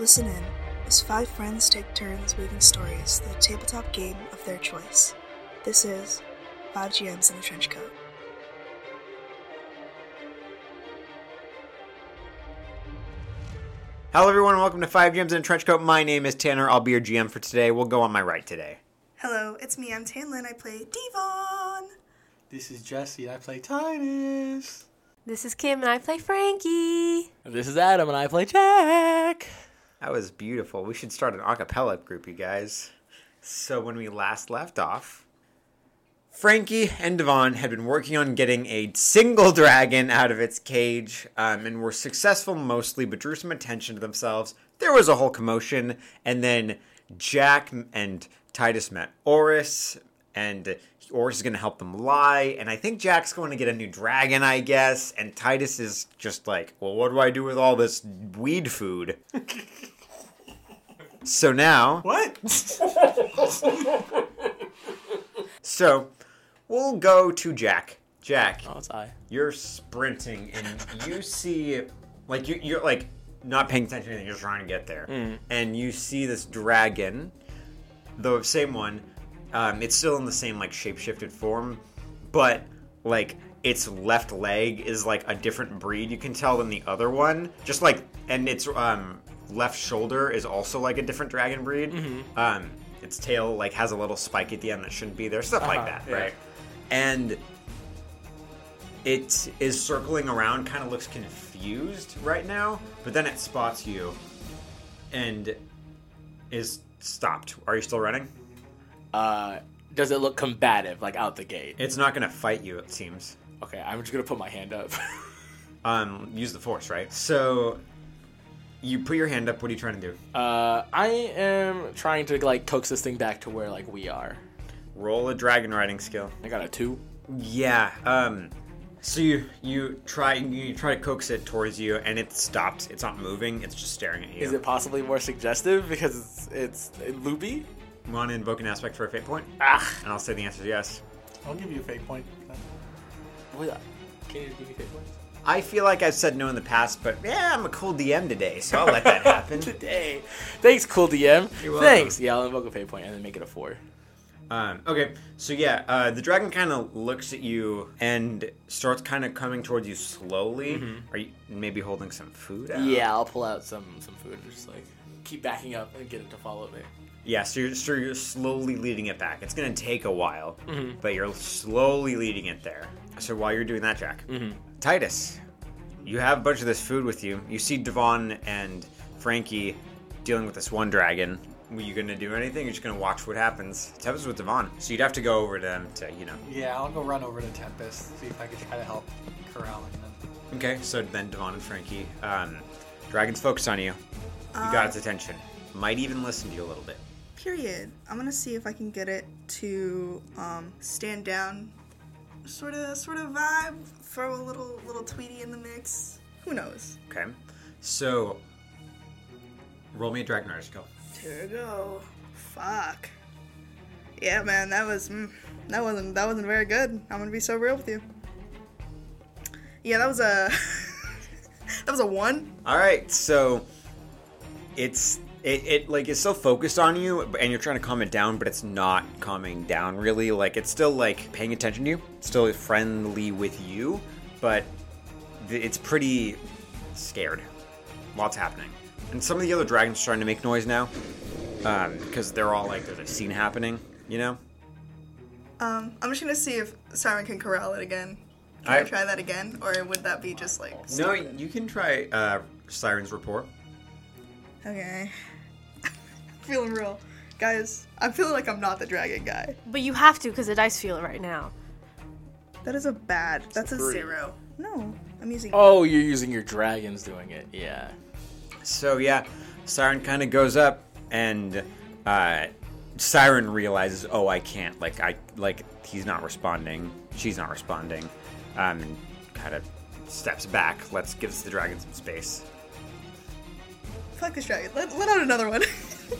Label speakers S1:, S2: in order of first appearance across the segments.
S1: Listen in as five friends take turns weaving stories through a tabletop game of their choice. This is Five GMs in a Trench Coat.
S2: Hello, everyone. Welcome to Five Gems and a Trench Coat. My name is Tanner. I'll be your GM for today. We'll go on my right today.
S1: Hello, it's me. I'm Tanlin. I play Devon.
S3: This is Jesse. I play Titus.
S4: This is Kim and I play Frankie.
S5: This is Adam and I play Jack.
S2: That was beautiful. We should start an acapella group, you guys. So when we last left off, Frankie and Devon had been working on getting a single dragon out of its cage, um, and were successful mostly, but drew some attention to themselves. There was a whole commotion, and then Jack and Titus met Oris, and Oris is going to help them lie. And I think Jack's going to get a new dragon, I guess. And Titus is just like, well, what do I do with all this weed food? so now,
S3: What?
S2: so we'll go to Jack. Jack,
S5: Oh, it's I.
S2: you're sprinting and you see like you, you're like not paying attention to anything you're just trying to get there and you see this dragon the same one um, it's still in the same like shapeshifted form but like its left leg is like a different breed you can tell than the other one just like and its um, left shoulder is also like a different dragon breed um, its tail like has a little spike at the end that shouldn't be there stuff like that
S3: yeah.
S2: right and it is circling around, kind of looks confused right now, but then it spots you and is stopped. Are you still running?
S5: Uh, does it look combative, like out the gate?
S2: It's not going to fight you, it seems.
S5: Okay, I'm just gonna put my hand up.
S2: Um, use the force, right? So you put your hand up. What are you trying to do?
S5: uh, I am trying to like coax this thing back to where like we are.
S2: Roll a dragon riding skill.
S5: I got a two.
S2: Yeah. Um. So you you try you try to coax it towards you, and it stopped. It's not moving. It's just staring at you.
S5: Is it possibly more suggestive because it's it's loopy?
S2: Want to invoke an aspect for a fate point?
S5: Ah,
S2: And I'll say the answer is yes.
S3: I'll give you a fate point.
S5: what? Can you give me fake ones?
S2: I feel like I've said no in the past, but yeah, I'm a cool DM today, so I'll let that happen.
S5: Today, thanks, cool DM.
S2: You're welcome.
S5: Thanks. Yeah, I'll invoke a fate point and then make it a four.
S2: Um, okay, so yeah, uh, the dragon kind of looks at you and starts kind of coming towards you slowly. Are you maybe holding some food? Out?
S5: Yeah, I'll pull out some some food and just like keep backing up and get it to follow me.
S2: Yeah. So you're, so you're slowly leading it back. It's gonna take a while, but you're slowly leading it there. So while you're doing that, Jack, Titus, you have a bunch of this food with you. You see Devon and Frankie dealing with this one dragon. Were you gonna do anything? You're just gonna watch what happens. Tempest with Devon, so you'd have to go over to them to, you know.
S3: Yeah, I'll go run over to Tempest, see if I can try to help corralling them.
S2: Okay, so then Devon and Frankie, um, dragons focus on you. You got its attention. Might even listen to you a little bit.
S1: Period. I'm gonna see if I can get it to um, stand down, sort of, sort of vibe. Throw a little, little Tweety in the mix. Who knows?
S2: Okay, so roll me a dragon rider skill.
S1: Here we go. Fuck. Yeah, man, that was mm, that wasn't that wasn't very good. I'm gonna be so real with you. Yeah, that was a that was a one.
S2: All right, so it's it, it like is so focused on you, and you're trying to calm it down, but it's not calming down really. Like it's still like paying attention to you, it's still friendly with you, but th- it's pretty scared. Lots happening, and some of the other dragons are starting to make noise now um, because they're all like there's a scene happening, you know.
S1: Um, I'm just gonna see if Siren can corral it again. Can I,
S2: I-
S1: try that again, or would that be just like?
S2: No, you can try uh, Siren's report.
S1: Okay. feeling real, guys. I'm feeling like I'm not the dragon guy.
S4: But you have to because the dice feel it right now.
S1: That is a bad. That's a
S5: three.
S1: zero. No, I'm using.
S5: Oh, you're using your dragons doing it. Yeah.
S2: So yeah, Siren kind of goes up, and uh, Siren realizes, oh, I can't. Like I like he's not responding. She's not responding. Um, and kind of steps back. Let's gives the dragon some space.
S1: Fuck this dragon. Let, let out another one.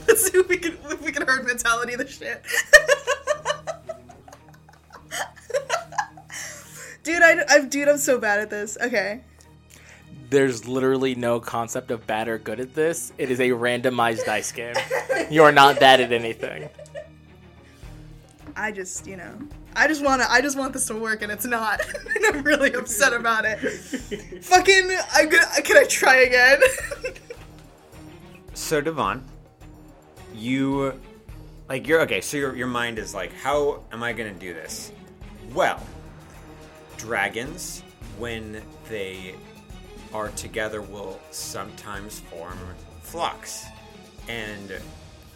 S1: Let's see if we can if we can herd mentality the shit. dude, I, I'm dude, I'm so bad at this. Okay,
S5: there's literally no concept of bad or good at this. It is a randomized dice game. You are not bad at anything.
S1: I just, you know, I just wanna, I just want this to work, and it's not. and I'm really upset about it. Fucking, I go- can I try again?
S2: So Devon, you like you're okay, so your your mind is like, how am I gonna do this? Well, dragons, when they are together, will sometimes form flocks. And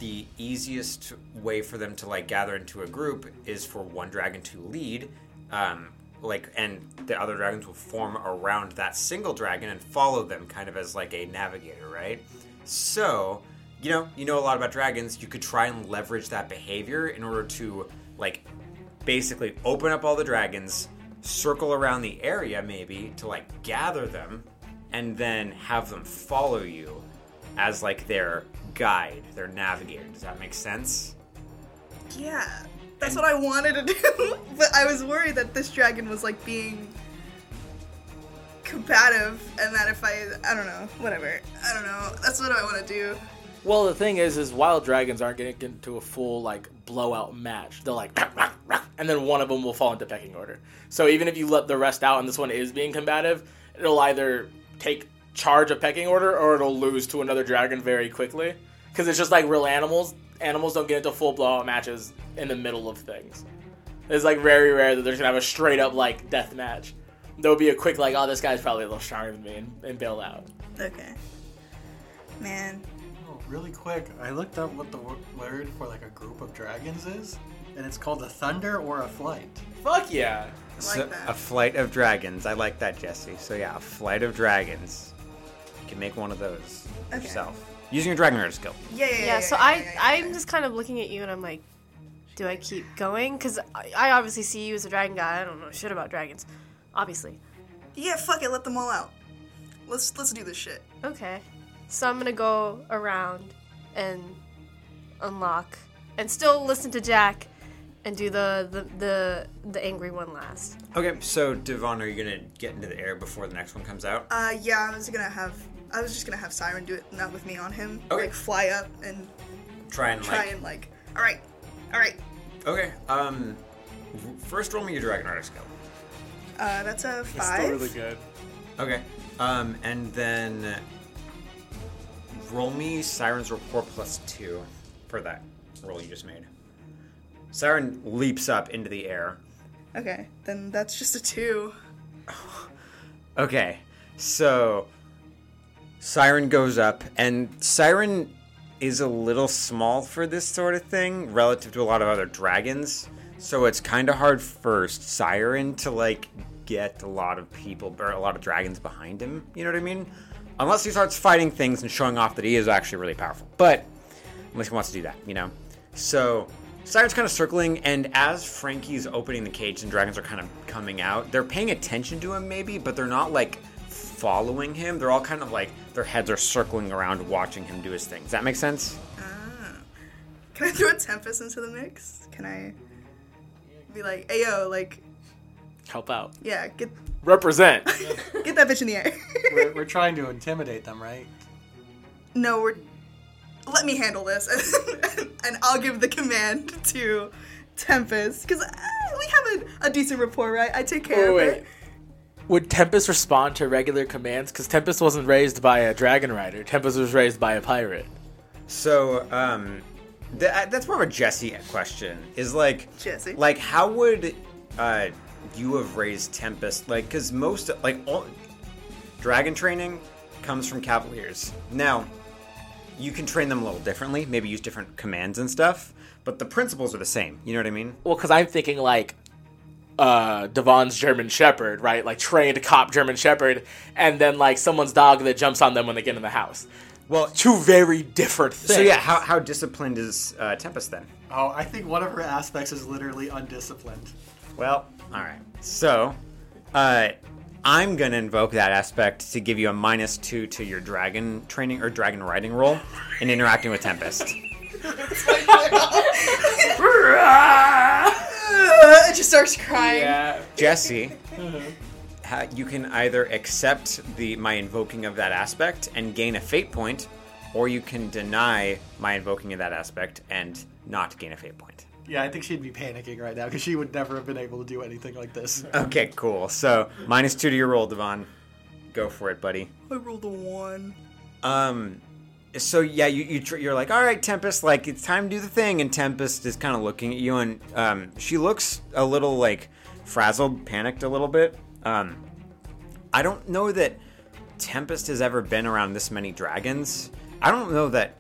S2: the easiest way for them to like gather into a group is for one dragon to lead, um, like, and the other dragons will form around that single dragon and follow them, kind of as like a navigator, right? So, you know, you know a lot about dragons. You could try and leverage that behavior in order to like basically open up all the dragons, circle around the area maybe to like gather them, and then have them follow you as like their guide, their navigator. Does that make sense?
S1: yeah, that's what I wanted to do, but I was worried that this dragon was like being combative, and that if I, I don't know, whatever, I don't know. That's what I want to do.
S5: Well, the thing is, is wild dragons aren't going to get into a full like blowout match. They're like, "Rah, rah, rah," and then one of them will fall into pecking order. So even if you let the rest out, and this one is being combative, it'll either take charge of pecking order or it'll lose to another dragon very quickly. Because it's just like real animals. Animals don't get into full blowout matches in the middle of things. It's like very rare that they're just gonna have a straight up like death match. There'll be a quick like, oh, this guy's probably a little stronger than me, and, and bail out.
S1: Okay, man.
S3: Oh, really quick, I looked up what the wo- word for like a group of dragons is, and it's called a thunder or a flight.
S5: Fuck yeah.
S1: like that.
S2: a flight of dragons. I like that, Jesse. So yeah, a flight of dragons. You can make one of those
S1: Okay.
S2: yourself using your dragon rider skill.
S1: Yeah, yeah, yeah.
S4: Yeah, so
S1: yeah, yeah,
S4: I
S1: yeah, yeah,
S4: I'm just kind of looking at you and I'm like, do I keep going? Because I, I obviously see you as a dragon guy. I don't know shit about dragons, obviously.
S1: yeah. Fuck it, let them all out. Let's let's do this shit.
S4: Okay, so I'm gonna go around and unlock and still listen to Jack and do the the the, the angry one last.
S2: Okay, so Devon, are you gonna get into the air before the next one comes out?
S1: Uh, yeah, I was gonna have. I was just gonna have Siren do it, not with me on him.
S2: Okay.
S1: Like fly up and
S2: try and
S1: try
S2: like
S1: and like. All right, all right.
S2: Okay. Um, first roll me your dragon rider skill.
S1: Uh, that's a
S5: It's
S1: five.
S5: still really good.
S2: Okay. Um, and then roll me Siren's rapport plus two for that roll you just made. Siren leaps up into the air.
S1: Okay, then that's just a two.
S2: Okay, so Siren goes up, and Siren is a little small for this sort of thing relative to a lot of other dragons. So it's kind of hard for Siren to like get a lot of people or a lot of dragons behind him. You know what I mean? Unless he starts fighting things and showing off that he is actually really powerful. But unless he wants to do that, you know. So Siren's kind of circling, and as Frankie's opening the cage and dragons are kind of coming out, they're paying attention to him maybe, but they're not like following him. They're all kind of like their heads are circling around, watching him do his thing. Does that make sense?
S1: Can I throw a tempest into the mix? Can I be like, hey yo, like,
S5: Help out.
S1: yeah, get
S5: Represent.
S1: get that bitch in the air.
S3: We're, we're trying to intimidate them, right?
S1: no, we're. Let me handle this, and I'll give the command to Tempest because we have a, a decent rapport, right? I take care
S5: Wait,
S1: of
S5: wait.
S1: her.
S5: Would Tempest respond to regular commands? Because Tempest wasn't raised by a dragon rider. Tempest was raised by a pirate.
S2: So, um, th- uh, that's more of a Jesse question. Is like
S1: Jesse.
S2: Like, how would uh, you have raised Tempest? Like, because most like all dragon training comes from Cavaliers. Now, you can train them a little differently. Maybe use different commands and stuff, but the principles are the same. You know what I mean?
S5: Well, because I'm thinking like uh Devon's German Shepherd, right? Like trained cop German Shepherd, and then like someone's dog that jumps on them when they get in the house.
S2: Well,
S5: Two very different things.
S2: so yeah, how, how disciplined is uh, Tempest then?
S3: Oh, I think one of her aspects is literally undisciplined.
S2: Well, all right. So, uh, I'm gonna invoke that aspect to give you a minus two to your dragon training or dragon riding roll in interacting with Tempest.
S1: Uh, and she starts crying.
S5: Yeah.
S2: Jesse ha- you can either accept the my invoking of that aspect and gain a fate point, or you can deny my invoking of that aspect and not gain a fate point.
S3: Yeah, I think she'd be panicking right now because she would never have been able to do anything like this.
S2: Okay, cool. So minus two to your roll, Devon. Go for it, buddy.
S1: I rolled a one.
S2: Um, so yeah, you, you tr- you're like, all right, Tempest, like it's time to do the thing, and Tempest is kind of looking at you, and um, she looks a little like frazzled, panicked a little bit. Um, I don't know that Tempest has ever been around this many dragons. I don't know that.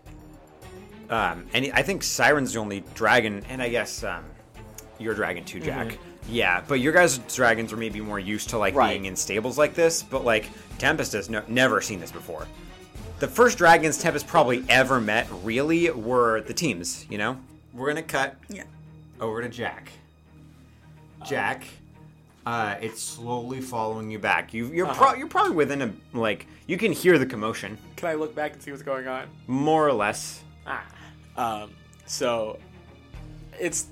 S2: Um, any, I think Siren's the only dragon, and I guess um, your dragon too, Jack. Yeah, but your guys' dragons are maybe more used to like
S5: Right.
S2: being in stables like this. But like Tempest has no, never seen this before the first dragons Tempest probably ever met really were the teams, you know? We're gonna cut
S1: Yeah.
S2: over to Jack. Jack, uh, it's slowly following you back. You, you're pro- you're probably within a like you can hear the commotion,
S5: Can I look back and see what's going on?
S2: more or less.
S5: Ah. Um, so it's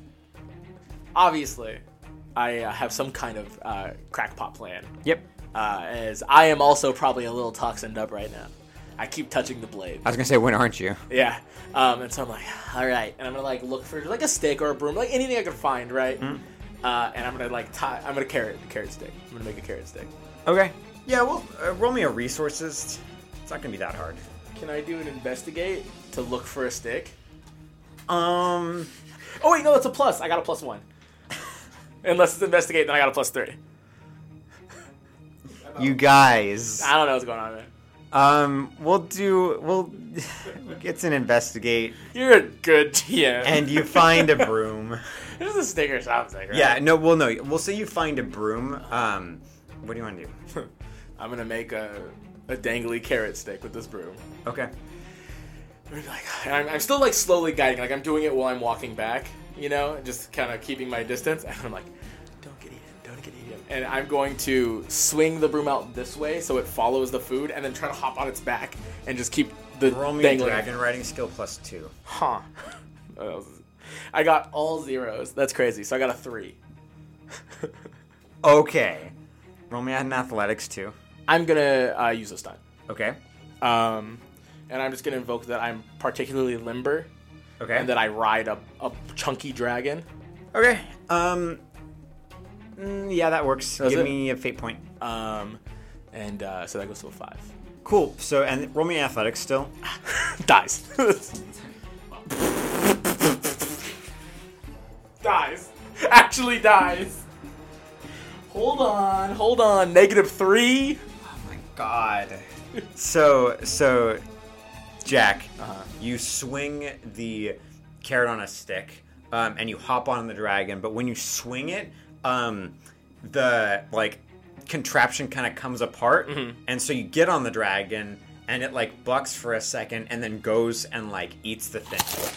S5: obviously I uh, have some kind of uh, crackpot plan.
S2: Yep.
S5: Uh, as I am also probably a little toxined up right now. I keep touching the blade.
S2: I was gonna say, when aren't you?
S5: Yeah. Um, and so I'm like, all right. And I'm gonna like look for like a stick or a broom, like anything I could find, right?
S2: Mm-hmm.
S5: Uh, and I'm gonna like tie. I'm gonna carrot carrot stick. I'm gonna make a carrot stick.
S2: Okay. Yeah. Well, uh, roll me a resources. It's not gonna be that hard.
S5: Can I do an investigate to look for a stick?
S2: Um.
S5: Oh wait, no, that's a plus. I got a plus one. Unless it's investigate, then I got a plus three.
S2: You guys.
S5: I don't know what's going on, man.
S2: Um. We'll do. We'll. it's an investigate,
S5: You're a good GM.
S2: and you find a broom.
S5: there's a stick or something. Right?
S2: Yeah, no, well, no, we'll say you find a broom. Um, what do you want to do?
S5: I'm gonna make a a dangly carrot stick with this broom.
S2: Okay.
S5: I'm gonna be like, and I'm, I'm still like slowly guiding, like I'm doing it while I'm walking back, you know, and just kind of keeping my distance. And I'm like, don't get eaten, don't get eaten. And I'm going to swing the broom out this way so it follows the food, and then try to hop on its back and just keep the
S2: Roll me a
S5: dangling.
S2: dragon riding skill plus two.
S5: Huh. That was- I got all zeros. That's crazy. So I got a three.
S2: Okay. Roll me an athletics two.
S5: I'm gonna uh, use a stunt.
S2: Okay.
S5: Um, and I'm just gonna invoke that I'm particularly limber
S2: Okay.
S5: and that I ride a, a chunky dragon.
S2: okay. Um. mm, yeah, that works.
S5: Does
S2: Give
S5: it?
S2: me a fate point.
S5: Um, and uh, so that goes to a five.
S2: Cool. So, and roll me athletics still.
S5: Dies. dies. Actually dies. Hold on, hold on. Negative three.
S2: my god. so so Jack, you swing the carrot on a stick, um, and you hop on the dragon, but when you swing it, um, the like contraption kind of comes apart, and so you get on the dragon and it like bucks for a second and then goes and like eats the thing.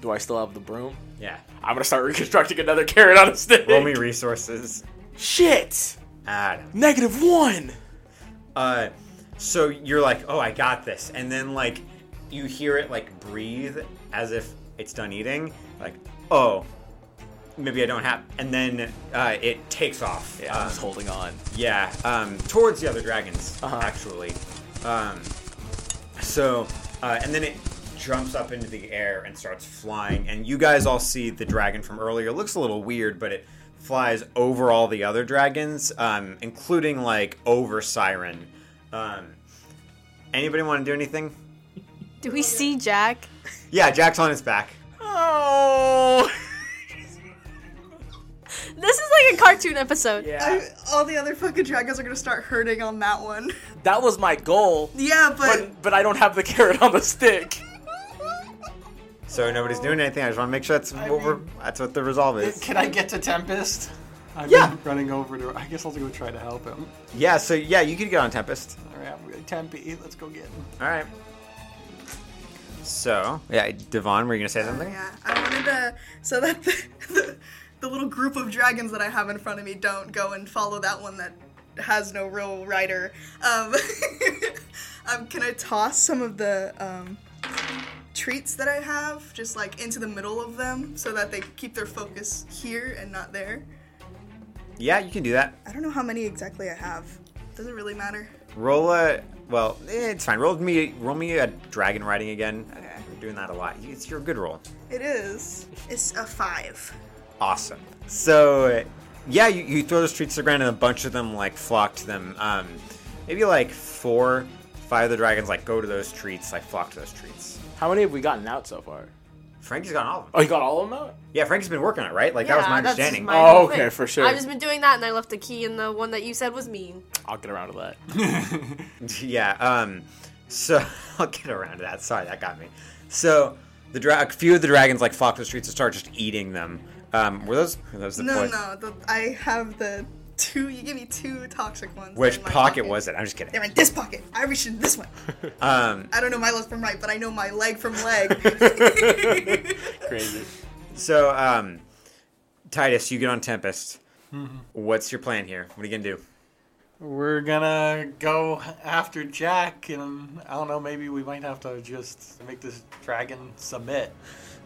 S5: Do I still have the broom?
S2: Yeah.
S5: I'm gonna start reconstructing another carrot on a stick.
S2: Roll me resources.
S5: Shit.
S2: Adam.
S5: Negative one.
S2: Uh, so you're like, oh, I got this, and then like you hear it like breathe as if it's done eating, like, oh, maybe I don't have, and then uh, it takes off.
S5: Yeah, I'm
S2: um,
S5: just holding on.
S2: yeah, um, towards the other dragons
S5: Uh-huh.
S2: actually. Um, so, uh, and then it jumps up into the air and starts flying, and you guys all see the dragon from earlier. It looks a little weird, but it flies over all the other dragons, um, including like over Siren. Um, anybody want to do anything?
S4: Do we see Jack?
S2: Yeah, Jack's on his back.
S5: Oh.
S4: This is like a cartoon episode.
S1: I, all the other fucking dragons are gonna start hurting on that one.
S5: that was my goal,
S1: yeah, but,
S5: but but I don't have the carrot on the stick.
S2: So nobody's doing anything. I just want to make sure that's what we're, that's what the resolve is.
S3: Can I get to Tempest? I've
S2: Yeah.
S3: been running over to. I guess I'll go try to help him.
S2: Yeah. So yeah, you could get on Tempest.
S3: All right, I'm gonna- Tempe, let's go get him.
S2: All right. So, yeah, Devon, were you gonna say something?
S1: yeah, I wanted to so that the, the the little group of dragons that I have in front of me don't go and follow that one that has no real rider. Um, um can I toss some of the um treats that I have just like into the middle of them so that they keep their focus here and not there?
S2: Yeah, you can do that.
S1: I don't know how many exactly I have. Does it really matter?
S2: Roll a well, eh, it's fine. Roll me roll me a dragon riding again. I'm doing that a lot. It's your good roll.
S1: It is. It's a five.
S2: Awesome. So yeah, you, you throw those treats to the ground and a bunch of them like flock to them. Um, maybe like four, five of the dragons like go to those treats, like flock to those treats.
S5: How many have we gotten out so far?
S2: Frankie's gotten all of them.
S5: Oh, you got all of them out?
S2: Yeah, Frankie's been working on it, right? Like that was my
S4: that's just
S2: understanding.
S4: my
S5: Oh,
S4: whole
S5: okay, for sure.
S4: I've just been doing that, and I left the key in the one that you said was mean.
S5: I'll get around to that.
S2: Yeah. Um. So I'll get around to that. Sorry, that got me. So the dra- a few of the dragons like flock to the streets and start just eating them. Um. Were those? Were those the
S1: No,
S2: poison-
S1: no. The, I have the two. You give me two toxic ones.
S2: Which
S1: in my
S2: pocket, was it? I'm just kidding.
S1: They're in this pocket. I reached in this one.
S2: Um.
S1: I don't know my left from right, but I know my leg from leg.
S5: Crazy.
S2: So um, Titus, you get on Tempest. What's your plan here? What are you gonna do?
S3: We're gonna go after Jack, and I don't know, maybe we might have to just make this dragon submit.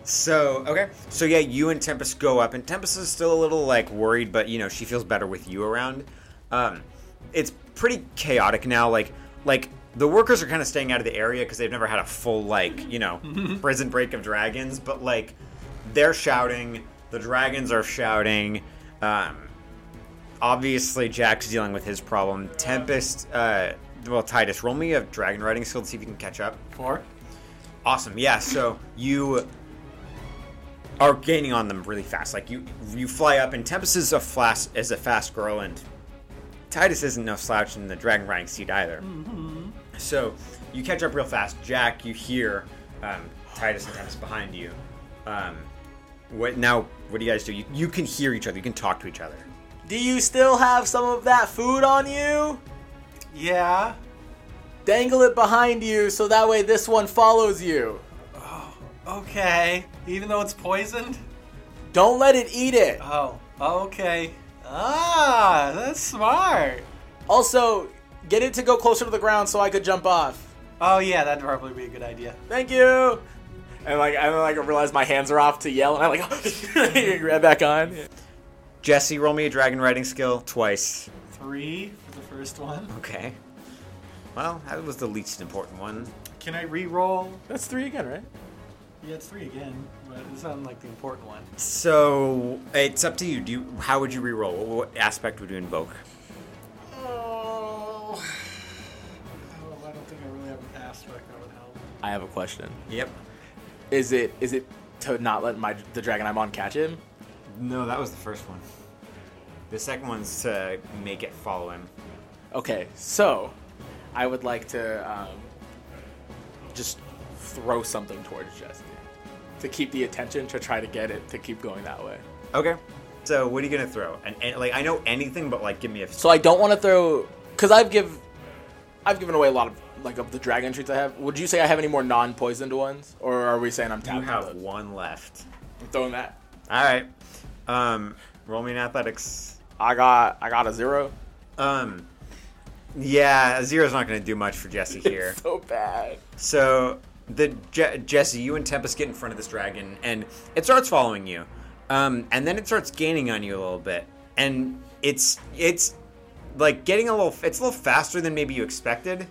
S2: So okay. So yeah, you and Tempest go up, and Tempest is still a little like worried, but you know she feels better with you around. Um, it's pretty chaotic now. Like like the workers are kind of staying out of the area because they've never had a full like you know prison break of dragons, but like they're shouting, the dragons are shouting. Um, obviously Jack's dealing with his problem. Tempest, uh, well Titus, roll me a dragon riding skill to see if you can catch up.
S3: Four?
S2: Awesome. Yeah. So you are gaining on them really fast. Like you, you fly up, and Tempest is a fast is a fast girl, and Titus isn't no slouch in the dragon riding seat either. So you catch up real fast. Jack, you hear um, Titus and Tempest behind you. Um, what now? What do you guys do? You, you can hear each other. You can talk to each other.
S5: Do you still have some of that food on you?
S3: Yeah.
S5: Dangle it behind you so that way this one follows you.
S3: Okay. Even though it's poisoned?
S5: Don't let it eat it.
S3: Oh, okay. Ah, that's smart.
S5: Also, get it to go closer to the ground so I could jump off.
S3: Oh, yeah, that'd probably be a good idea.
S5: Thank you. And like, and then like, I realize my hands are off to yell, and I like grab back on.
S2: Jesse, roll me a dragon riding skill twice.
S3: Three for the first one.
S2: Okay. Well, that was the least important one.
S3: Can I re-roll?
S5: That's three again, right?
S3: Yeah, it's three again, but it's not like the important one.
S2: So it's up to you. Do you, how would you reroll? What, what aspect would you invoke?
S3: Oh, I don't think I really have an aspect that would help.
S5: I have a question.
S2: Yep.
S5: Is it is it to not let my the dragon I'm on catch him?
S2: No, that was the first one. The second one's to make it follow him.
S5: Okay, so I would like to um, just throw something towards Jesse to keep the attention to try to get it to keep going that way.
S2: Okay. So what are you gonna throw? And, and like I know anything, but like give me a.
S5: So I don't want to throw because I've give I've given away a lot of like of the dragon treats I have. Would you say I have any more non-poisoned ones, or are we saying I'm
S2: you
S5: tapping
S2: have one left.
S5: throwing that?
S2: All right. Um, roll me an athletics.
S5: I got I got a zero.
S2: Um, yeah, a zero's not gonna do much for Jesse here.
S5: So bad.
S2: So the Je- Jesse, you and Tempest get in front of this dragon, and it starts following you, um, and then it starts gaining on you a little bit, and it's it's like getting a little. It's a little faster than maybe you expected.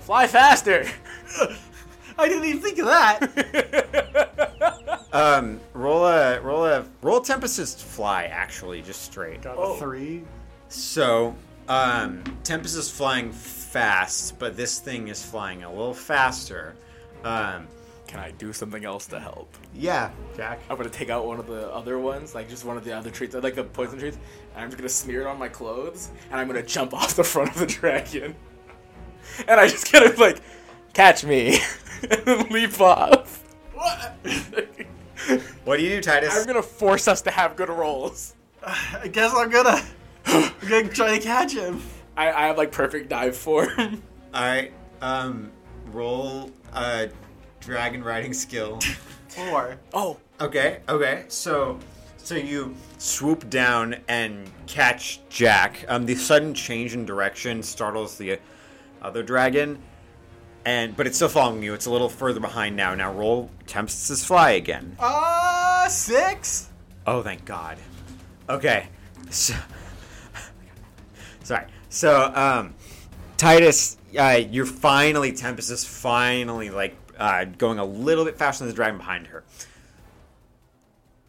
S5: Fly faster.
S3: I didn't even think of that.
S2: Um, roll a roll a roll Tempest's fly actually just straight.
S3: Got
S5: Oh.
S3: a three.
S2: So um, Tempest is flying fast, but this thing is flying a little faster. Um,
S5: Can I do something else to help?
S2: yeah, Jack.
S5: I'm gonna take out one of the other ones, like just one of the other treats, like the poison treats, and I'm just gonna smear it on my clothes, and I'm gonna jump off the front of the dragon, and I just kind of like catch me and then leap off. What?
S2: What do you do, Titus?
S5: I'm gonna force us to have good rolls.
S3: I guess I'm gonna, I'm gonna try to catch him.
S5: I, I have like perfect dive form.
S2: All right. Um, roll uh, dragon riding skill.
S3: Four.
S5: Oh,
S2: okay. Okay. So, so you swoop down and catch Jack. Um, the sudden change in direction startles the other dragon, and but it's still following you. It's a little further behind now. Now roll Tempest's fly again.
S3: Ah, six.
S2: Oh, thank God. Okay. So, sorry. So, um, Titus, uh, you're finally Tempest is finally like uh, going a little bit faster than the dragon behind her.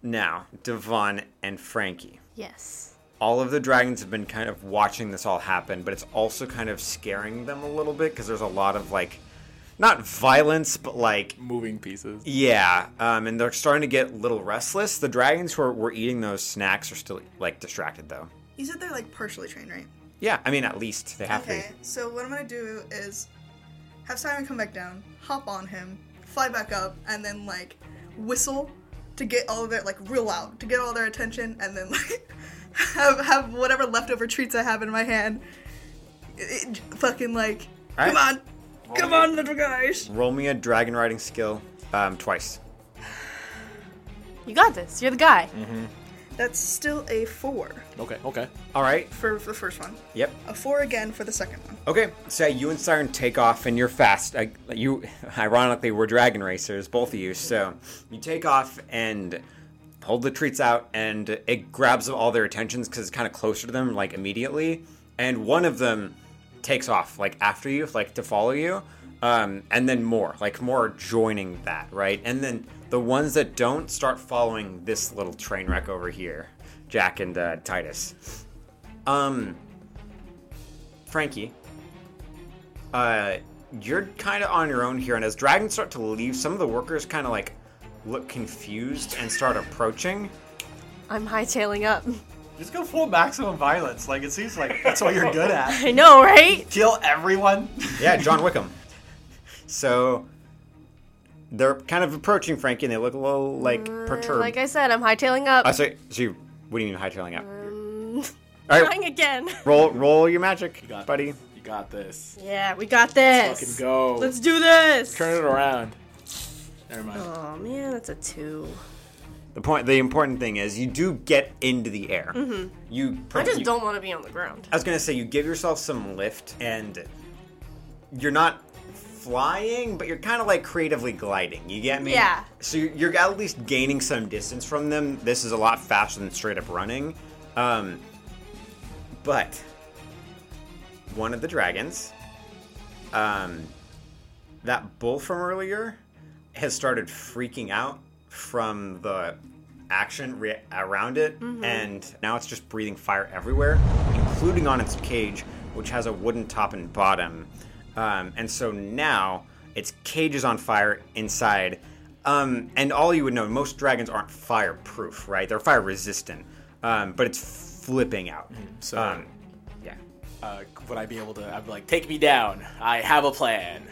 S2: Now, Devon and Frankie
S4: Yes.
S2: all of the dragons have been kind of watching this all happen, but it's also kind of scaring them a little bit because there's a lot of like, not violence, but like,
S5: Moving pieces.
S2: yeah, um, and they're starting to get a little restless. The dragons who are, were eating those snacks are still like distracted though.
S1: You said they're like partially trained, right?
S2: Yeah, I mean, at least they have
S1: Okay,
S2: to.
S1: so what I'm gonna do is have Simon come back down, hop on him, fly back up, and then like whistle to get all of their like real loud to get all their attention, and then like have have whatever leftover treats I have in my hand, it, it- fucking like
S2: All right.
S1: come on, come on, little guys.
S2: Roll me a dragon riding skill um, twice.
S4: You got this. You're the guy.
S1: That's still a four
S5: Okay, okay.
S2: All right.
S1: for the first one,
S2: Yep.
S1: a four again for the second one.
S2: Okay, so you and Siren take off, and you're fast. I, you, ironically, were dragon racers, both of you. So you take off and hold the treats out, and it grabs all their attentions because it's kind of closer to them, like immediately. And one of them takes off, like after you, like to follow you, um, and then more, like more are joining that, right? And then the ones that don't start following this little train wreck over here, Jack and uh, Titus. Um, Frankie uh, you're kind of on your own here. And as dragons start to leave, some of the workers kind of like look confused and start approaching.
S4: I'm hightailing up.
S3: Just go full maximum violence. Like it seems like that's what you're good at.
S4: I know, right?
S3: Kill everyone.
S2: Yeah, John Wickham. So they're kind of approaching Frankie, and they look a little like perturbed.
S4: Mm, Like I said, I'm hightailing up.
S2: oh, so, so you, what do you mean hightailing up?
S4: Mm.
S2: All right,
S4: Trying again.
S2: roll roll your magic,
S5: You got
S2: buddy.
S5: This. You got this.
S4: Yeah, we got this.
S5: Fucking go.
S4: Let's do this.
S5: Turn it around. Never mind.
S4: Oh man, that's a two.
S2: The point, the important thing is, you do get into the air.
S4: Mm-hmm.
S2: You,
S4: I just
S2: you-
S4: don't want to be on the ground.
S2: I was gonna say you give yourself some lift, and you're not flying, but you're kind of like creatively gliding. You get me?
S4: Yeah.
S2: So you're, you're at least gaining some distance from them. This is a lot faster than straight up running. Um, but one of the dragons, um, that bull from earlier, has started freaking out from the action re- around it, and now it's just breathing fire everywhere, including on its cage, which has a wooden top and bottom. Um, and so now its cage is on fire inside. Um, and all you would know, most dragons aren't fireproof, right? They're fire resistant, um, but it's flipping out.
S5: So-
S2: um, yeah.
S5: Uh, would I be able to? I'd be like, take me down. I have a plan.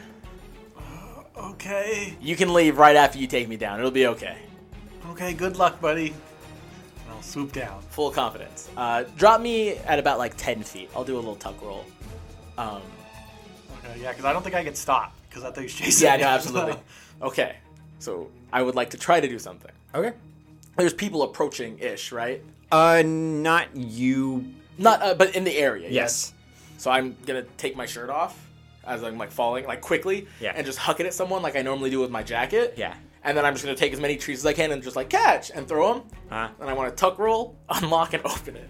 S3: okay.
S5: You can leave right after you take me down. It'll be okay.
S3: Okay. Good luck, buddy. And I'll swoop down.
S5: Full confidence. Uh, drop me at about like 10 feet. I'll do a little tuck roll. Um,
S3: Okay. Yeah, because I don't think I could stop because that thing's chasing.
S5: yeah,
S3: me.
S5: no, absolutely. Okay. So I would like to try to do something.
S2: Okay.
S5: There's people approaching ish, right?
S2: Uh, not you.
S5: Not, uh, but in the area.
S2: Yes.
S5: So I'm gonna take my shirt off as I'm like falling, like quickly,
S2: Yeah.
S5: and just huck it at someone like I normally do with my jacket.
S2: Yeah.
S5: And then I'm just gonna take as many trees as I can and just like catch and throw them.
S2: Huh?
S5: And I want to tuck roll, unlock, and open it,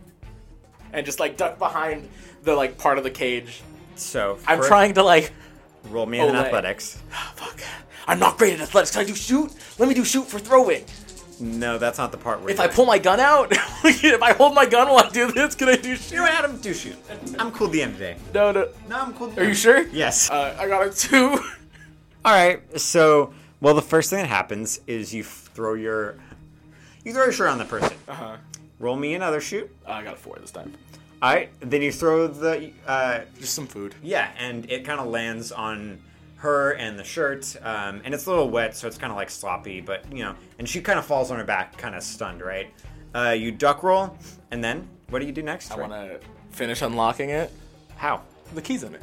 S5: and just like duck behind the like part of the cage.
S2: So
S5: I'm
S2: fir-
S5: trying to like,
S2: Roll me in
S5: Olay.
S2: athletics.
S5: Ah, fuck. I'm not great at athletics. Can I do shoot? Let me do shoot for throwing.
S2: No, that's not the part where
S5: If I pull my gun out, if I hold my gun while I do this, can I do
S2: You know,
S5: shoot?
S2: Adam, do shoot. I'm cool DM today.
S5: No, no.
S2: No, I'm cool.
S5: Are you sure?
S2: Yes.
S5: Uh, I got a two.
S2: All right. So, well, the first thing that happens is you f- throw your you throw your shirt on the person.
S5: Uh huh.
S2: Roll me another shoot.
S5: I got a four this time.
S2: All right. Then you throw the uh,
S5: Just some food.
S2: yeah, and it kind of lands on her and the shirt, um, and it's a little wet, so it's kind of like sloppy, but you know, and she kind of falls on her back, kind of stunned, right? Uh, you duck roll, and then what do you do next?
S5: I want to finish unlocking it.
S2: How?
S5: The key's in it.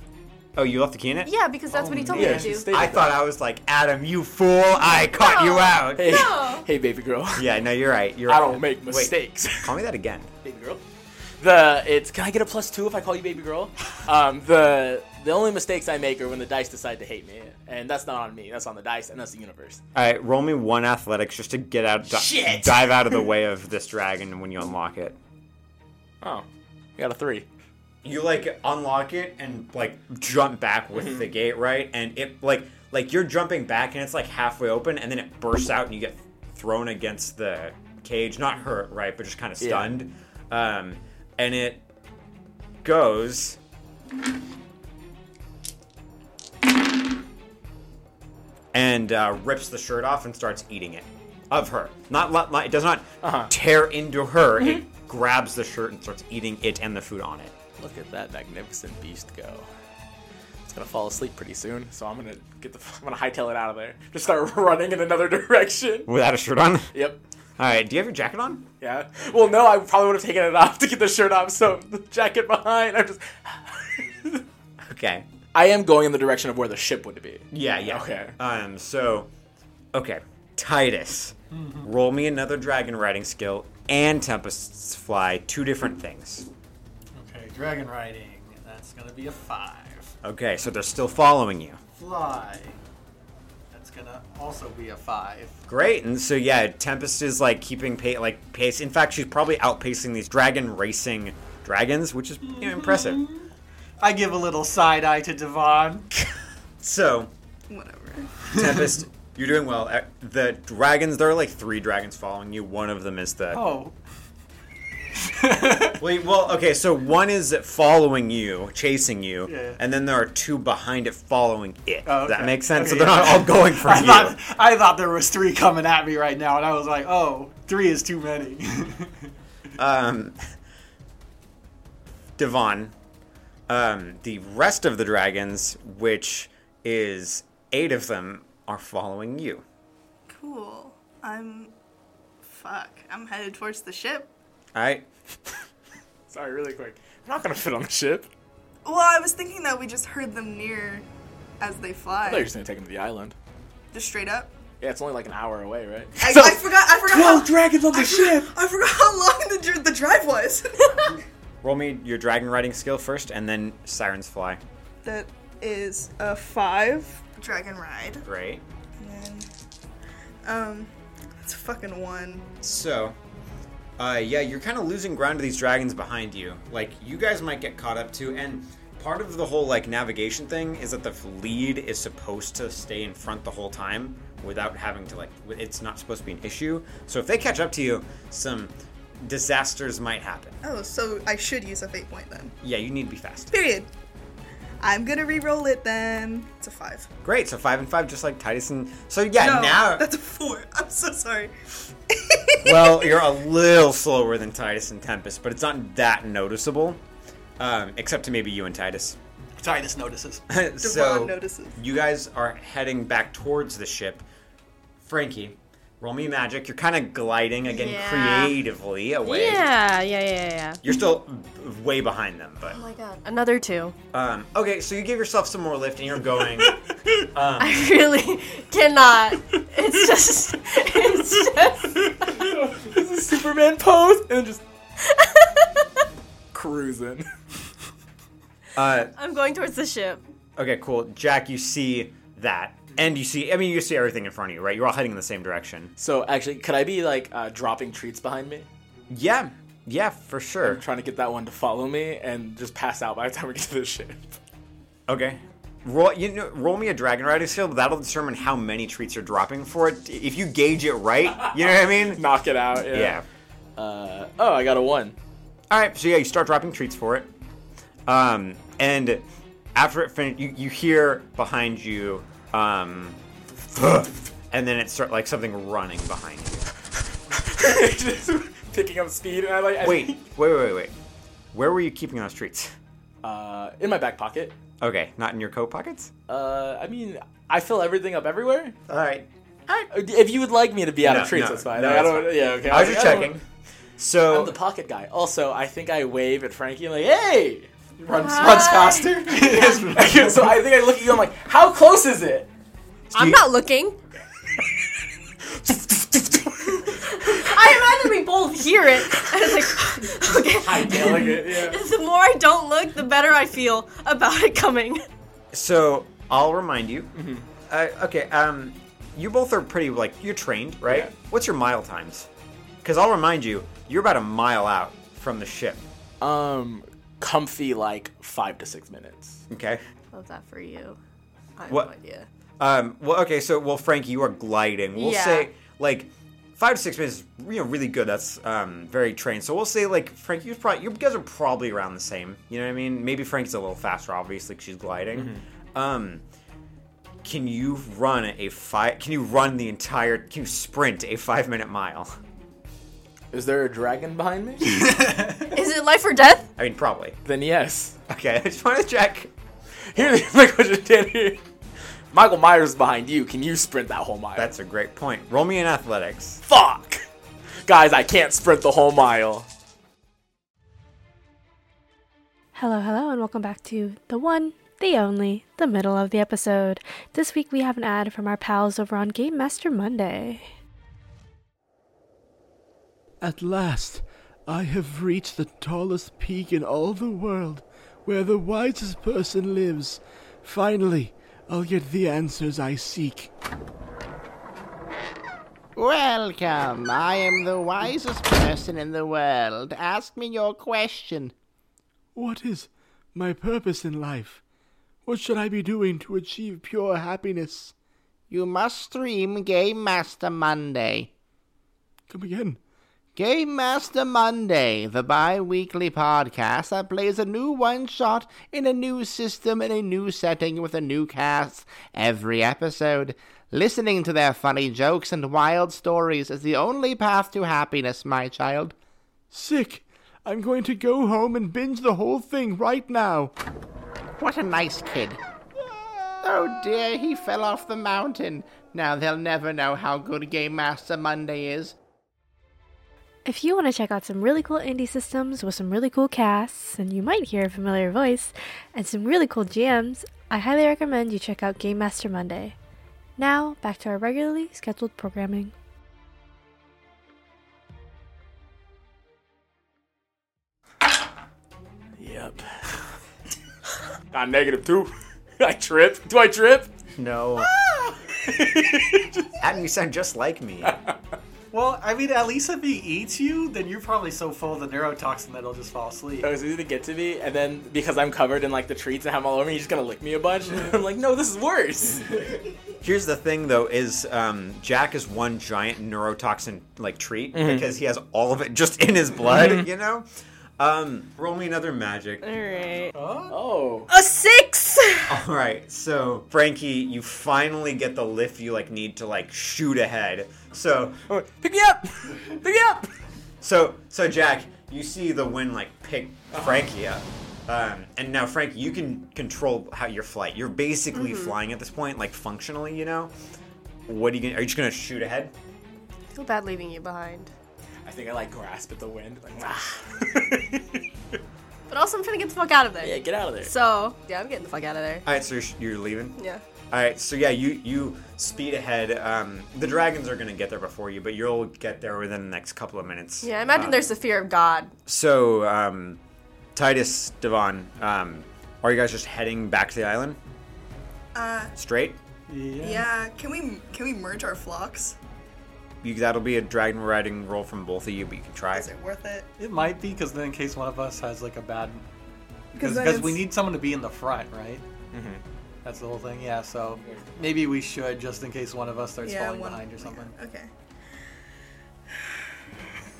S2: Oh, you left the key in it.
S4: Yeah, because that's what he told
S5: Yeah,
S4: me to
S5: she
S4: do.
S5: stated
S2: I
S5: that.
S2: thought I was like, Adam, you fool! I caught you out.
S5: Hey,
S4: No.
S5: hey, baby girl.
S2: Yeah, no, you're right. You're
S5: I
S2: right.
S5: don't make
S2: Wait,
S5: mistakes.
S2: call me that again.
S5: baby girl. The it's can I get a plus two if I call you baby girl? Um, the the only mistakes I make are when the dice decide to hate me, and that's not on me. That's on the dice, and that's the universe.
S2: All right, roll me one athletics just to get out, di-
S5: Shit.
S2: dive out of the way of this dragon when you unlock it.
S5: Oh, you got a three.
S2: you like unlock it and like jump back with
S5: Mm-hmm.
S2: the gate right and it like like you're jumping back and it's like halfway open and then it bursts out and you get thrown against the cage not hurt right but just kind of
S5: Yeah.
S2: stunned um and it goes and uh, rips the shirt off and starts eating it of her. Not, not, not- it does not
S5: Uh-huh. Mm-hmm.
S2: tear into her. It grabs the shirt and starts eating it and the food on it.
S5: Look at that magnificent beast go. It's gonna fall asleep pretty soon, so I'm gonna get the I'm gonna hightail it out of there. Just start running in another direction.
S2: Without a shirt on. All
S5: Yep.
S2: right. Do you have your jacket on?
S5: Yeah. Well, no, I probably would have taken it off to get the shirt off, so the jacket behind. I'm just.
S2: Okay.
S5: I am going in the direction of where the ship would be.
S2: Yeah. Yeah.
S5: Okay.
S2: Um. So, okay. Titus, roll me another dragon riding skill and tempest fly. Two different things.
S3: Okay, dragon riding. That's gonna be a five.
S2: Okay. So they're still following you.
S3: Fly. That's gonna also be a five.
S2: Great, and so yeah, Tempest is like keeping pa- like pace. In fact, she's probably outpacing these dragon racing dragons, which is you know, impressive.
S3: I give a little side eye to Devon.
S2: So
S1: Whatever.
S2: Tempest, you're doing well. Uh, The dragons, there are like three dragons following you. One of them is the
S3: Oh,
S2: Wait, well, okay, so one is following you, chasing you,
S3: Yeah.
S2: and then there are two behind it following it.
S3: Oh,
S2: Does That
S3: okay.
S2: makes sense. so
S3: Okay,
S2: they're
S3: yeah.
S2: not all going for
S3: I
S2: you.
S3: thought I thought there was three coming at me right now, and I was like, oh, three is too many.
S2: um, Devon, um, the rest of the dragons, which is eight of them, are following you.
S1: Cool. I'm. Fuck. I'm headed towards the ship.
S2: All right.
S5: Sorry, really quick. I'm not gonna fit on the ship.
S1: Well, I was thinking that we just heard them near as they
S5: I
S1: fly.
S5: thought you were just gonna take him to the island.
S1: Just straight up.
S5: Yeah, it's only like an hour away, right?
S1: I,
S5: So-
S1: I forgot. I forgot.
S5: Twelve
S1: how,
S5: dragons on the ship.
S1: I forgot how long the, dr- the drive was.
S2: Roll me your dragon riding skill first, and then Sirens Fly.
S1: that is a five. Dragon ride.
S2: Great.
S1: And then, um, it's a fucking one.
S2: So, uh, yeah, you're kind of losing ground to these dragons behind you. Like, you guys might get caught up to, and part of the whole like navigation thing is that the f- lead is supposed to stay in front the whole time without having to like. w- It's not supposed to be an issue. So if they catch up to you, some disasters might happen.
S1: Oh, so I should use a fate point then.
S2: Yeah, you need to be fast.
S1: Period. I'm gonna re-roll it then. It's a five.
S2: Great. So five and five, just like Titus and. So yeah,
S1: no,
S2: now.
S1: that's a four. I'm so sorry.
S2: well, you're a little slower than Titus and Tempest, but it's not that noticeable. Um, except to maybe you and Titus.
S3: Titus notices.
S2: so
S1: notices.
S2: you guys are heading back towards the ship. Frankie, roll me magic. You're kind of gliding again
S4: Yeah.
S2: creatively away.
S4: Yeah, yeah, yeah, yeah.
S2: You're still b- way behind them, but
S4: Oh my god. Another two.
S2: um, okay. So you give yourself some more lift, and you're going.
S4: I really cannot. It's just. It's just.
S5: this is Superman pose, and then just cruising.
S2: uh,
S4: I'm going towards the ship.
S2: okay, cool. Jack, you see that, and you see. I mean, you see everything in front of you, right? You're all heading in the same direction.
S5: So actually, could I be like uh, dropping treats behind me,
S2: Yeah, yeah, for sure.
S5: trying to get that one to follow me and just pass out by the time we get to the ship?
S2: Okay. Roll, you know, roll me a dragon riding skill, but that'll determine how many treats you're dropping for it. If you gauge it right, you know what I mean?
S5: Knock it out. Yeah.
S2: Yeah.
S5: Uh, oh, I got a one.
S2: All right, so yeah, you start dropping treats for it, um, and after it finishes, you, you hear behind you, um, and then it start like something running behind you.
S5: just picking up speed, and I like. I
S2: Wait,
S5: think-
S2: wait, wait, wait, wait. Where were you keeping those treats?
S5: Uh, in my back pocket.
S2: Okay, not in your coat pockets.
S5: Uh, I mean, I fill everything up everywhere.
S2: All right,
S5: If you would like me to be out
S2: No,
S5: of treats,
S2: no,
S5: that's fine.
S2: no,
S5: Like, I
S2: that's
S5: don't.
S2: fine.
S5: Yeah. Okay.
S2: I was
S5: like,
S2: just
S5: don't-
S2: checking. So
S5: I'm the pocket guy. Also, I think I wave at Frankie like, "Hey!"
S3: Runs,
S4: Hi.
S3: runs faster.
S5: so I think I look at you. I'm like, "How close is it?"
S4: I'm
S2: you-
S4: not looking. I imagine we both hear it. I was like, okay.
S5: Hightailing it. Yeah.
S4: The more I don't look, the better I feel about it coming.
S2: So I'll remind you. Uh, okay, um, you both are pretty like you're trained, right?
S5: Yeah.
S2: What's your mile times? Because I'll remind you, you're about a mile out from the ship.
S5: Um, comfy like five to six minutes.
S2: Okay.
S4: Love that for you. I have
S2: What-
S4: no idea.
S2: Um, well, okay, so well, Frankie, you are gliding. We'll
S4: Yeah.
S2: say like five to six minutes. is, You know, really good. That's um, very trained. So we'll say like Frankie, you probably you guys are probably around the same. You know what I mean? Maybe Frankie's a little faster, obviously, 'cause she's gliding. Um, can you run a five? Can you run the entire? Can you sprint a five minute mile?
S5: Is there a dragon behind me?
S4: Is it life or death?
S2: I mean, probably.
S5: then yes.
S2: Okay, I just wanted to check.
S5: Here's my question, Tanner. Michael Myers is behind you. Can you sprint that whole mile?
S2: That's a great point. Roll me in athletics.
S5: fuck. Guys, I can't sprint the whole mile.
S6: Hello, hello, and welcome back to the one, the only, the middle of the episode. This week we have an ad from our pals over on Game Master Monday.
S7: At last, I have reached the tallest peak in all the world, where the wisest person lives. Finally, I'll get the answers I seek.
S8: Welcome. I am the wisest person in the world. Ask me your question.
S7: What is my purpose in life? What should I be doing to achieve pure happiness?
S8: You must stream Game Master Monday.
S7: Come again.
S8: Game Master Monday, the bi weekly podcast that plays a new one shot in a new system in a new setting with a new cast every episode. Listening to their funny jokes and wild stories is the only path to happiness, my child.
S7: Sick. I'm going to go home and binge the whole thing right now.
S8: What a nice kid. Oh dear, he fell off the mountain. Now they'll never know how good Game Master Monday is.
S6: If you want to check out some really cool indie systems with some really cool casts, and you might hear a familiar voice, and some really cool jams, I highly recommend you check out Game Master Monday. Now, back to our regularly scheduled programming.
S5: Yep. Got negative two. I trip. Do I trip?
S2: No. Adam, you sound Ah! just like me.
S3: Well, I mean, at least if he eats you, then you're probably so full of the neurotoxin that he'll just fall asleep.
S5: Oh, it's easy to get to me, and then because I'm covered in like the treats and have them all over me, he's just gonna lick me a bunch. I'm like, no, this is worse.
S2: Here's the thing, though, is um, Jack is one giant neurotoxin like treat
S5: Mm-hmm.
S2: because he has all of it just in his blood. you know. Um, roll me another magic.
S5: Oh.
S1: A six.
S2: All right, so Frankie, you finally get the lift you like need to like shoot ahead. So,
S5: Oh, Pick me up! Pick me up!
S2: so, so Jack, you see the wind like pick Frankie up. Um, and now, Frankie, you can control how your flight. You're basically
S5: Mm-hmm.
S2: flying at this point, like functionally, you know. What are you gonna? Are you just gonna shoot ahead?
S4: I feel bad leaving you behind.
S5: I think I like grasp at the wind. Like, ah.
S4: But also, I'm trying to get the fuck out of there.
S5: yeah, get out of there.
S4: So, yeah, I'm getting the fuck out of there.
S2: All right, so you're, sh- you're leaving.
S4: Yeah.
S2: All right, so yeah, you you speed ahead. Um, the dragons are gonna get there before you, but you'll get there within the next couple of minutes.
S4: Yeah, I imagine there's the fear of God.
S2: So, um, Titus, Devon, um, are you guys just heading back to the island?
S1: Uh,
S2: Straight?
S1: yeah. Can we can we merge our flocks?
S2: You, that'll be a dragon riding roll from both of you, but you can try.
S1: Is it worth it?
S3: It might be because then in case one of us has like a bad,
S1: then
S3: because we
S1: it's-
S3: need someone to be in the front, right? Mm-hmm. That's the whole thing. Yeah. So maybe we should just in case one of us starts falling
S1: one-
S3: behind or something.
S1: Okay.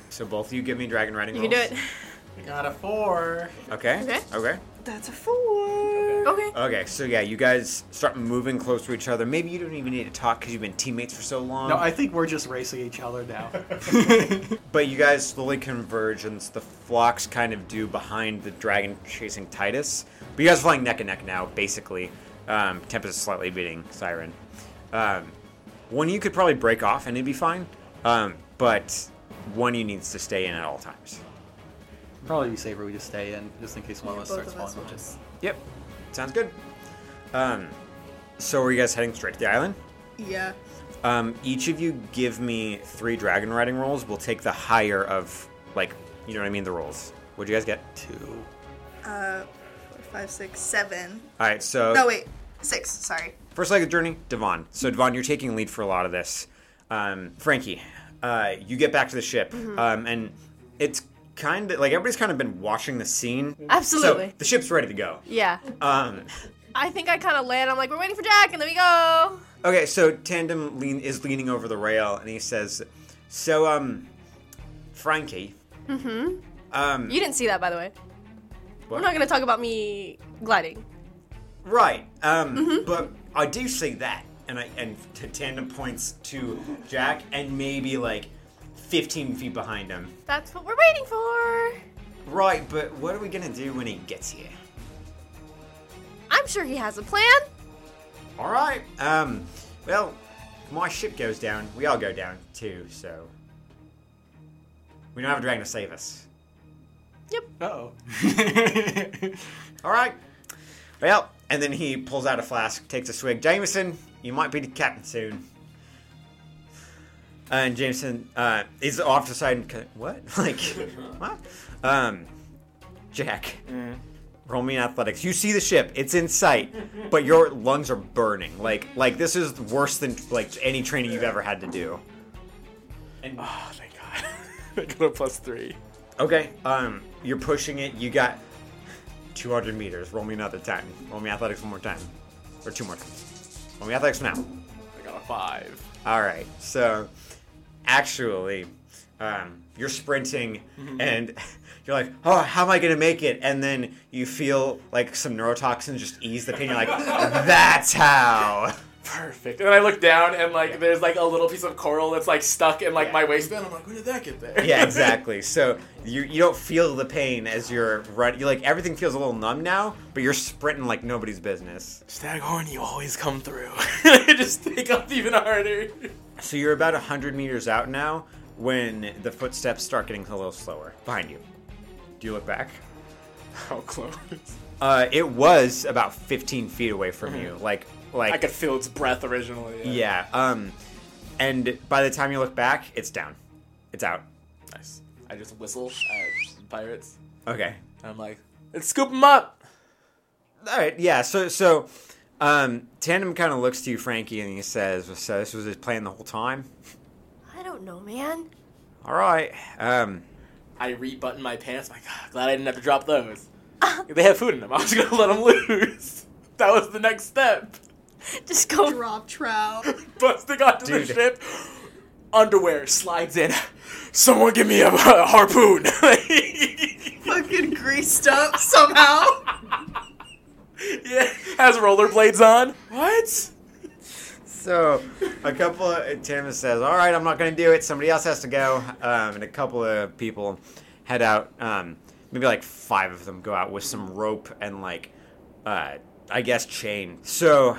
S2: So both of you give me dragon riding
S4: You can
S2: rolls.
S4: do it.
S3: Got a four.
S2: Okay.
S4: Okay.
S2: Okay.
S1: That's a four.
S4: Okay.
S2: Okay. So yeah, you guys start moving close to each other. Maybe you don't even need to talk because you've been teammates for so long.
S3: No, I think we're just racing each other now.
S2: But you guys slowly converge, and the flocks kind of do behind the dragon chasing Titus. But you guys are flying neck and neck now, basically. Um, Tempest is slightly beating Siren. Um, one you could probably break off and it'd be fine, um, but one you needs to stay in at all times.
S3: Probably be safer we just stay in just in case one of us
S1: Both
S3: starts
S1: of us will
S3: falling
S1: just.
S2: Yep, sounds good. Um, so are you guys heading straight to the island?
S1: Yeah.
S2: Um, each of you give me three dragon riding rolls. We'll take the higher of, like, you know what I mean, the rolls. What'd you guys get?
S3: two.
S1: Uh, four, five, six, seven.
S2: All right, so
S1: No, wait. Six. Sorry.
S2: First leg of the journey, Devon. So Devon, you're taking lead for a lot of
S4: Mm-hmm.
S2: this. Um, Frankie, uh, you get back to the ship, um, and it's kind of like everybody's kind of been watching the scene.
S4: Absolutely.
S2: So the ship's ready to go.
S4: yeah.
S2: Um,
S4: I think I kind of land. I'm like, we're waiting for Jack, and then we go.
S2: okay, so Tandem lean is leaning over the rail and he says, "So, um, Frankie, mm-hmm. um,
S4: You didn't see that, by the way.
S2: What?
S4: We're not gonna talk about me gliding.
S2: Right. Um,
S4: Mm-hmm.
S2: But I do see that, and I and t- tandem points to Jack, and maybe like fifteen feet behind him.
S4: That's what we're waiting for.
S2: Right. But what are we gonna do when he gets here?
S4: I'm sure he has a plan.
S2: All right. Um. Well, my ship goes down. We all go down too. So we don't have a dragon to save us.
S3: Uh oh.
S2: All right. Well, and then he pulls out a flask, takes a swig. Jameson, you might be the captain soon. And Jameson uh, is off to the side and kind of, what? Like, what? Um, Jack, roll me in athletics. You see the ship; it's in sight, but your lungs are burning. Like, like this is worse than like any training you've ever had to do. And
S5: Oh, thank God. I got a plus three.
S2: okay, um, you're pushing it. You got 200 meters. Roll me another time. Roll me athletics one more time, or two more times. Roll me athletics now.
S5: I got a five.
S2: All right. So, actually, um, you're sprinting and you're like, oh, how am I going to make it? And then you feel like some neurotoxins just ease the pain. You're like, that's how.
S5: Perfect. And then I look down and like there's like a little piece of coral that's like stuck in like my waistband. I'm like, where did that get there?
S2: Yeah, exactly. So you you don't feel the pain as you're running. You like everything feels a little numb now, but you're sprinting like nobody's business.
S5: Staghorn, you always come through. I just take off even harder.
S2: So you're about 100 meters out now when the footsteps start getting a little slower behind you. Do you look back?
S5: How close?
S2: Uh, it was about 15 feet away from you. Like, like
S5: I could feel its breath originally.
S2: Yeah. Um, and by the time you look back, it's down. It's out.
S5: Nice. I just whistle at pirates.
S2: Okay.
S5: And I'm like, let's scoop them up.
S2: All right. Yeah. So so, um, Tandem kind of looks to you, Frankie, and he says, "So this was his plan the whole time."
S4: I don't know, man.
S2: All right. Um,
S5: I rebutton my pants. I'm like, "Ah, glad I didn't have to drop those. they have food in them. I was gonna let them loose. That was the next step.
S4: Just go.
S1: Drop trout.
S5: Busting onto
S2: Dude.
S5: the ship. Underwear slides in. Someone give me a, a harpoon.
S1: Fucking greased up somehow.
S5: yeah, has rollerblades on. What?
S2: so a couple of Tandem says, "All right, I'm not going to do it. Somebody else has to go." Um, and a couple of people head out. Um, maybe like five of them go out with some rope and like, uh, I guess chain. So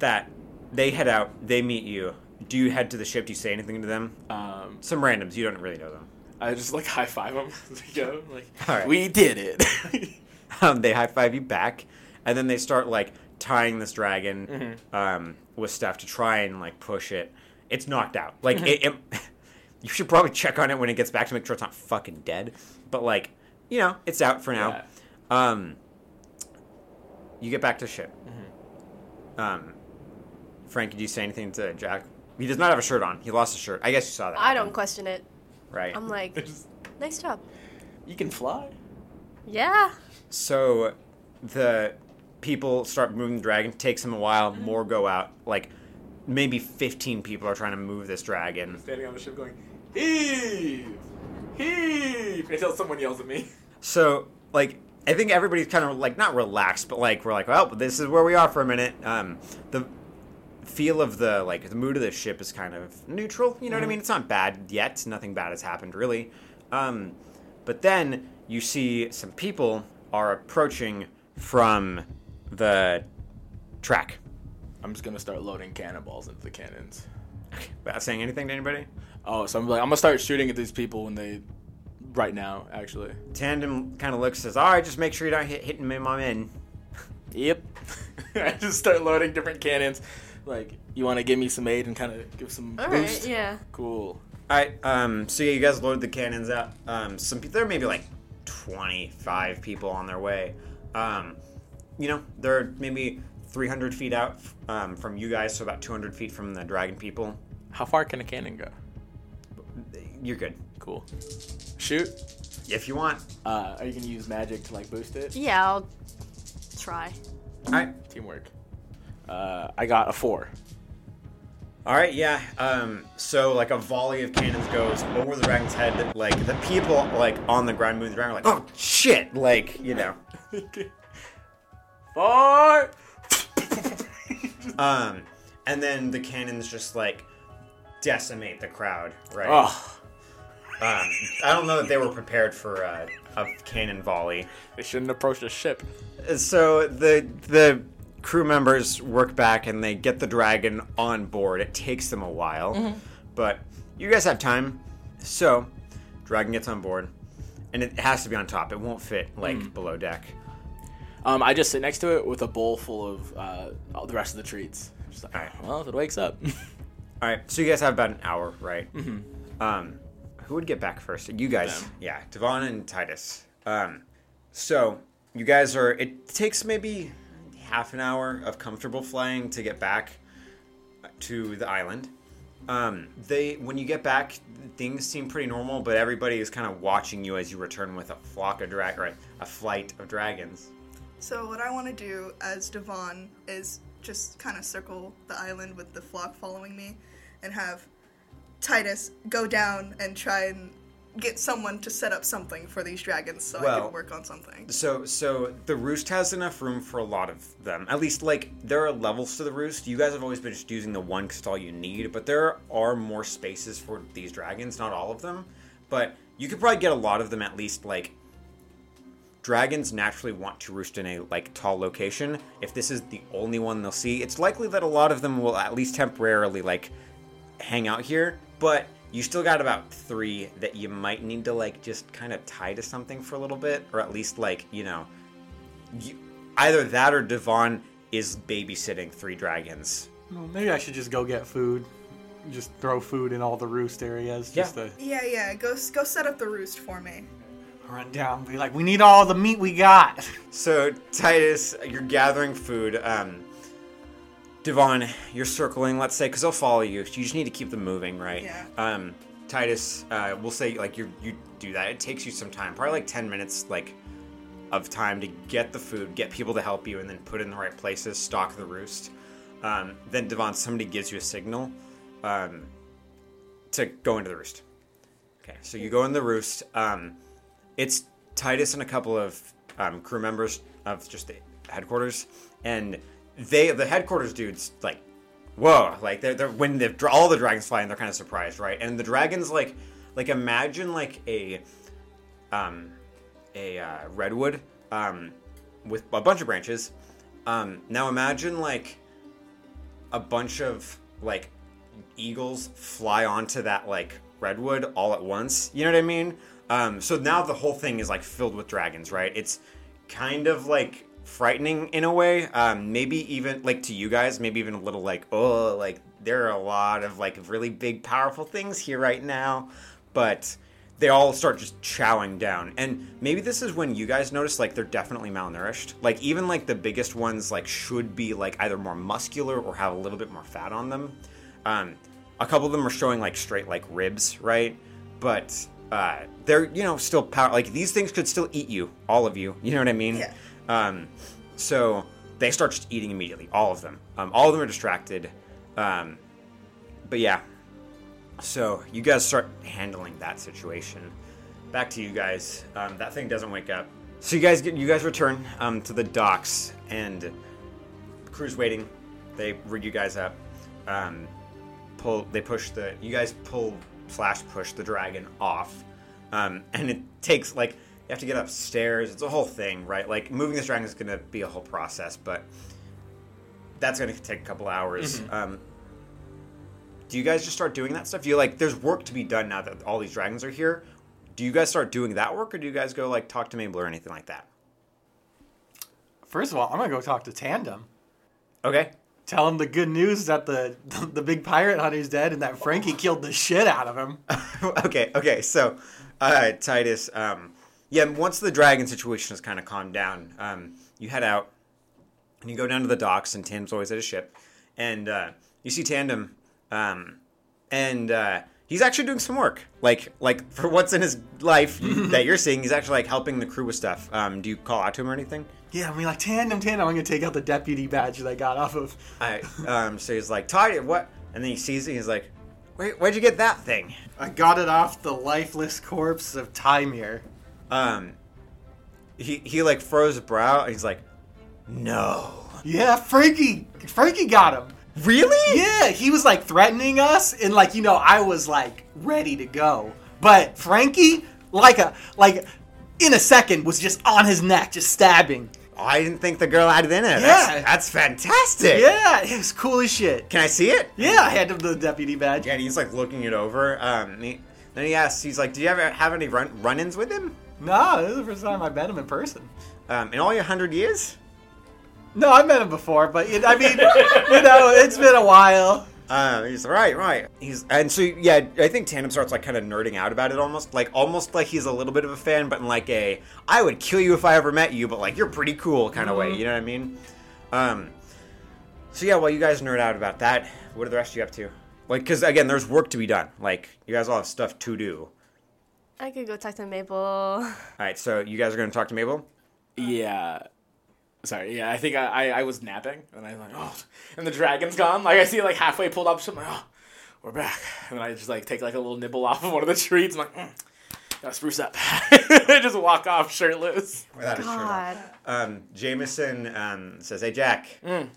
S2: that they head out. They meet you. Do you head to the ship? Do you say anything to them?
S5: Um,
S2: Some randoms. You don't really know them.
S5: I just like high five him. as we go. Like,
S2: All right.
S5: we did it.
S2: um, they high five you back, and then they start like tying this dragon um, with stuff to try and like push it. It's knocked out. Like it, it, you should probably check on it when it gets back to make sure it's not fucking dead. But like, you know, it's out for now. Um, you get back to ship. Um, Frank, did you say anything to Jack? He does not have a shirt on. He lost his shirt. I guess you saw that.
S4: I don't question it.
S2: Right.
S4: I'm like, nice job.
S5: you can fly.
S4: Yeah.
S2: So the people start moving the dragon. Takes them a while. More go out. Like maybe 15 people are trying to move this dragon.
S5: Standing on the ship, going, heave, heave, until someone yells at me.
S2: So like I think everybody's kind of like not relaxed, but like we're like, well, this is where we are for a minute. Um, the feel of the like the mood of the ship is kind of neutral. You know what I mean? It's not bad yet. Nothing bad has happened really. Um, but then you see some people are approaching from the track.
S5: I'm just gonna start loading cannonballs into the cannons.
S2: Without saying anything to anybody?
S5: Oh, so I'm like, I'm gonna start shooting at these people when they, right now, actually.
S2: Tandem kind of looks says, "All right, just make sure you don't hit hitting me, my men."
S5: Yep. I just start loading different cannons. Like, you want to give me some aid and kind of give some
S4: All right.
S5: boost?
S4: Yeah.
S5: Cool.
S2: All right. Um. So yeah, you guys loaded the cannons up. Um. Some people, there are maybe like twenty-five people on their way. Um. You know, they're maybe three hundred feet out um, from you guys, so about two hundred feet from the dragon people.
S5: How far can a cannon go?
S2: You're good.
S5: Cool. Shoot.
S2: If you want.
S5: Uh, are you gonna use magic to like boost it?
S4: Yeah, I'll try.
S2: All right.
S5: Teamwork. Uh, I got a four.
S2: All right, yeah. Um, so like a volley of cannons goes over the dragon's head. Like the people like on the ground moving around, like oh shit, like you know.
S5: Four.
S2: Um, and then the cannons just like decimate the crowd, right?
S5: Oh,
S2: Um, I don't know that they were prepared for uh, a cannon volley. Uh,
S5: they shouldn't approach the ship.
S2: So the the crew members work back and they get the dragon on board. It takes them a while, but you guys have time. So dragon gets on board, and it has to be on top. It won't fit like below deck.
S5: Um, I just sit next to it with a bowl full of uh, all the rest of the treats. Just like,
S2: Alright.
S5: well, if it wakes up.
S2: All right, so you guys have about an hour, right? Mm-hmm. Um, who would get back first? You guys, yeah, Devon and Titus. Um, so you guys are. It takes maybe half an hour of comfortable flying to get back to the island. Um, they when you get back, things seem pretty normal, but everybody is kind of watching you as you return with a flock of drag, right, a flight of dragons.
S1: So what I want to do as Devon is just kind of circle the island with the flock following me, and have Titus go down and try and get someone to set up something for these dragons so I
S2: Well-
S1: can work on something.
S2: So, so the roost has enough room for a lot of them. At least, like there are levels to the roost. You guys have always been just using the one because it's all you need. But there are more spaces for these dragons. Not all of them, but you could probably get a lot of them. At least, like dragons naturally want to roost in a like tall location. If this is the only one they'll see, it's likely that a lot of them will at least temporarily like hang out here, but you still got about three that you might need to like just kind of tie to something for a little bit, or at least like you know, you, either that or Devon is babysitting three dragons.
S3: Well, maybe I should just go get food. Just throw food in all the roost areas. Just
S2: Yeah.
S3: to
S1: Yeah, yeah. Go s- go set up the roost for me.
S3: run down. and Be like, we need all the meat we got.
S2: So Titus, you're gathering food. Um, Devon, you're circling. Let's say because they'll follow you. You just need to keep them moving, right?
S1: Yeah.
S2: Um, Titus, uh, we'll say like you you do that. It takes you some time, probably like ten minutes, like of time to get the food, get people to help you, and then put it in the right places, stock the roost. Um, then Devon, somebody gives you a signal um, to go into the roost. Okay, so you go in the roost. Um, it's Titus and a couple of um, crew members of just the headquarters, and they the headquarters dudes like, whoa, like they're, they're when the all the dragons fly and they're kind of surprised, right? And the dragons like like imagine like a um a uh, redwood um with a bunch of branches. Um, now imagine like a bunch of like eagles fly onto that like redwood all at once. You know what I mean? Um, so now the whole thing is like filled with dragons, right? It's kind of like frightening in a way. Um, maybe even like to you guys, maybe even a little like, oh, like there are a lot of like really big, powerful things here right now. But they all start just chowing down. And maybe this is when you guys notice like they're definitely malnourished. Like even like the biggest ones like should be like either more muscular or have a little bit more fat on them. Um, a couple of them are showing like straight like ribs, right? But uh, they're you know still power like these things could still eat you, all of you. You know what I mean?
S1: Yeah.
S2: Um, so they start just eating immediately, all of them. Um, all of them are distracted. Um, but yeah, so you guys start handling that situation. Back to you guys. Um, that thing doesn't wake up. So you guys get you guys return um, to the docks and the crew's waiting. They rig you guys up. Um, pull. They push the. You guys pull slash push the dragon off, um, and it takes like you have to get upstairs. It's a whole thing, right? Like moving this dragon is going to be a whole process, but that's going to take a couple hours. Um, do you guys just start doing that stuff? You like, there's work to be done now that all these dragons are here. Do you guys start doing that work, or do you guys go like talk to Mabel or anything like that?
S3: First of all, I'm gonna go talk to Tandem.
S2: Okay.
S3: Tell him the good news that the the big pirate hunter's dead and that Frankie killed the shit out of him.
S2: okay. Okay. So, uh, Titus, um, yeah. Once the dragon situation has kind of calmed down, um, you head out and you go down to the docks, and Tandem's always at his ship, and uh, you see Tandem, um, and uh, he's actually doing some work. Like like for what's in his life that you're seeing, he's actually like helping the crew with stuff. Um, do you call out to him or anything?
S3: Yeah, I mean, like, tandem, tandem. I'm going to take out the deputy badge that I got off of.
S2: I um, so he's like Todd, what? And then he sees it. and He's like, Wait, where'd you get that thing?
S3: I got it off the lifeless corpse of Timir.
S2: Um, he he like froze his brow and he's like, No,
S3: Yeah, Frankie. Frankie got him.
S2: really?
S3: Yeah, he was like threatening us, and like you know, I was like ready to go. But Frankie, like a like, in a second, was just on his neck, just stabbing.
S2: I didn't think the girl had it in her. That's-
S3: Yeah.
S2: that's, fantastic.
S3: Yeah, it was cool as shit.
S2: Can I see it?
S3: Yeah, I had the deputy badge.
S2: Yeah, and he's like looking it over. Um, and he, then he asks, he's like, "Do you ever have any run run-ins with him?
S3: No, this is the first time I met him in person.
S2: Um, in all your hundred years?"
S3: No, I met him before, but it, I mean, you know, it's been a while.
S2: Uh, he's like, right, right. He's and so yeah, I think Tandem starts like kind of nerding out about it almost, like almost like he's a little bit of a fan, but in like a I would kill you if I ever met you, but like you're pretty cool kind of way. You know what I mean? Um. So yeah, while you guys nerd out about that, what are the rest of you up to? Like, because again, there's work to be done. Like, you guys all have stuff to do.
S4: I could go talk to Mabel.
S2: All right, so you guys are going to talk to Mabel.
S5: Yeah. Sorry, yeah, I think I, I, I was napping, and I was like, oh, and the dragon's gone. Like, I see it, like, halfway pulled up, so I'm like, oh, we're back. And I just, like, take, like, a little nibble off of one of the trees. I'm like, mm, gotta spruce up. I just walk off shirtless.
S2: Without a shirt on.
S4: God.
S2: Um, Jameson um, says, "Hey, Jack."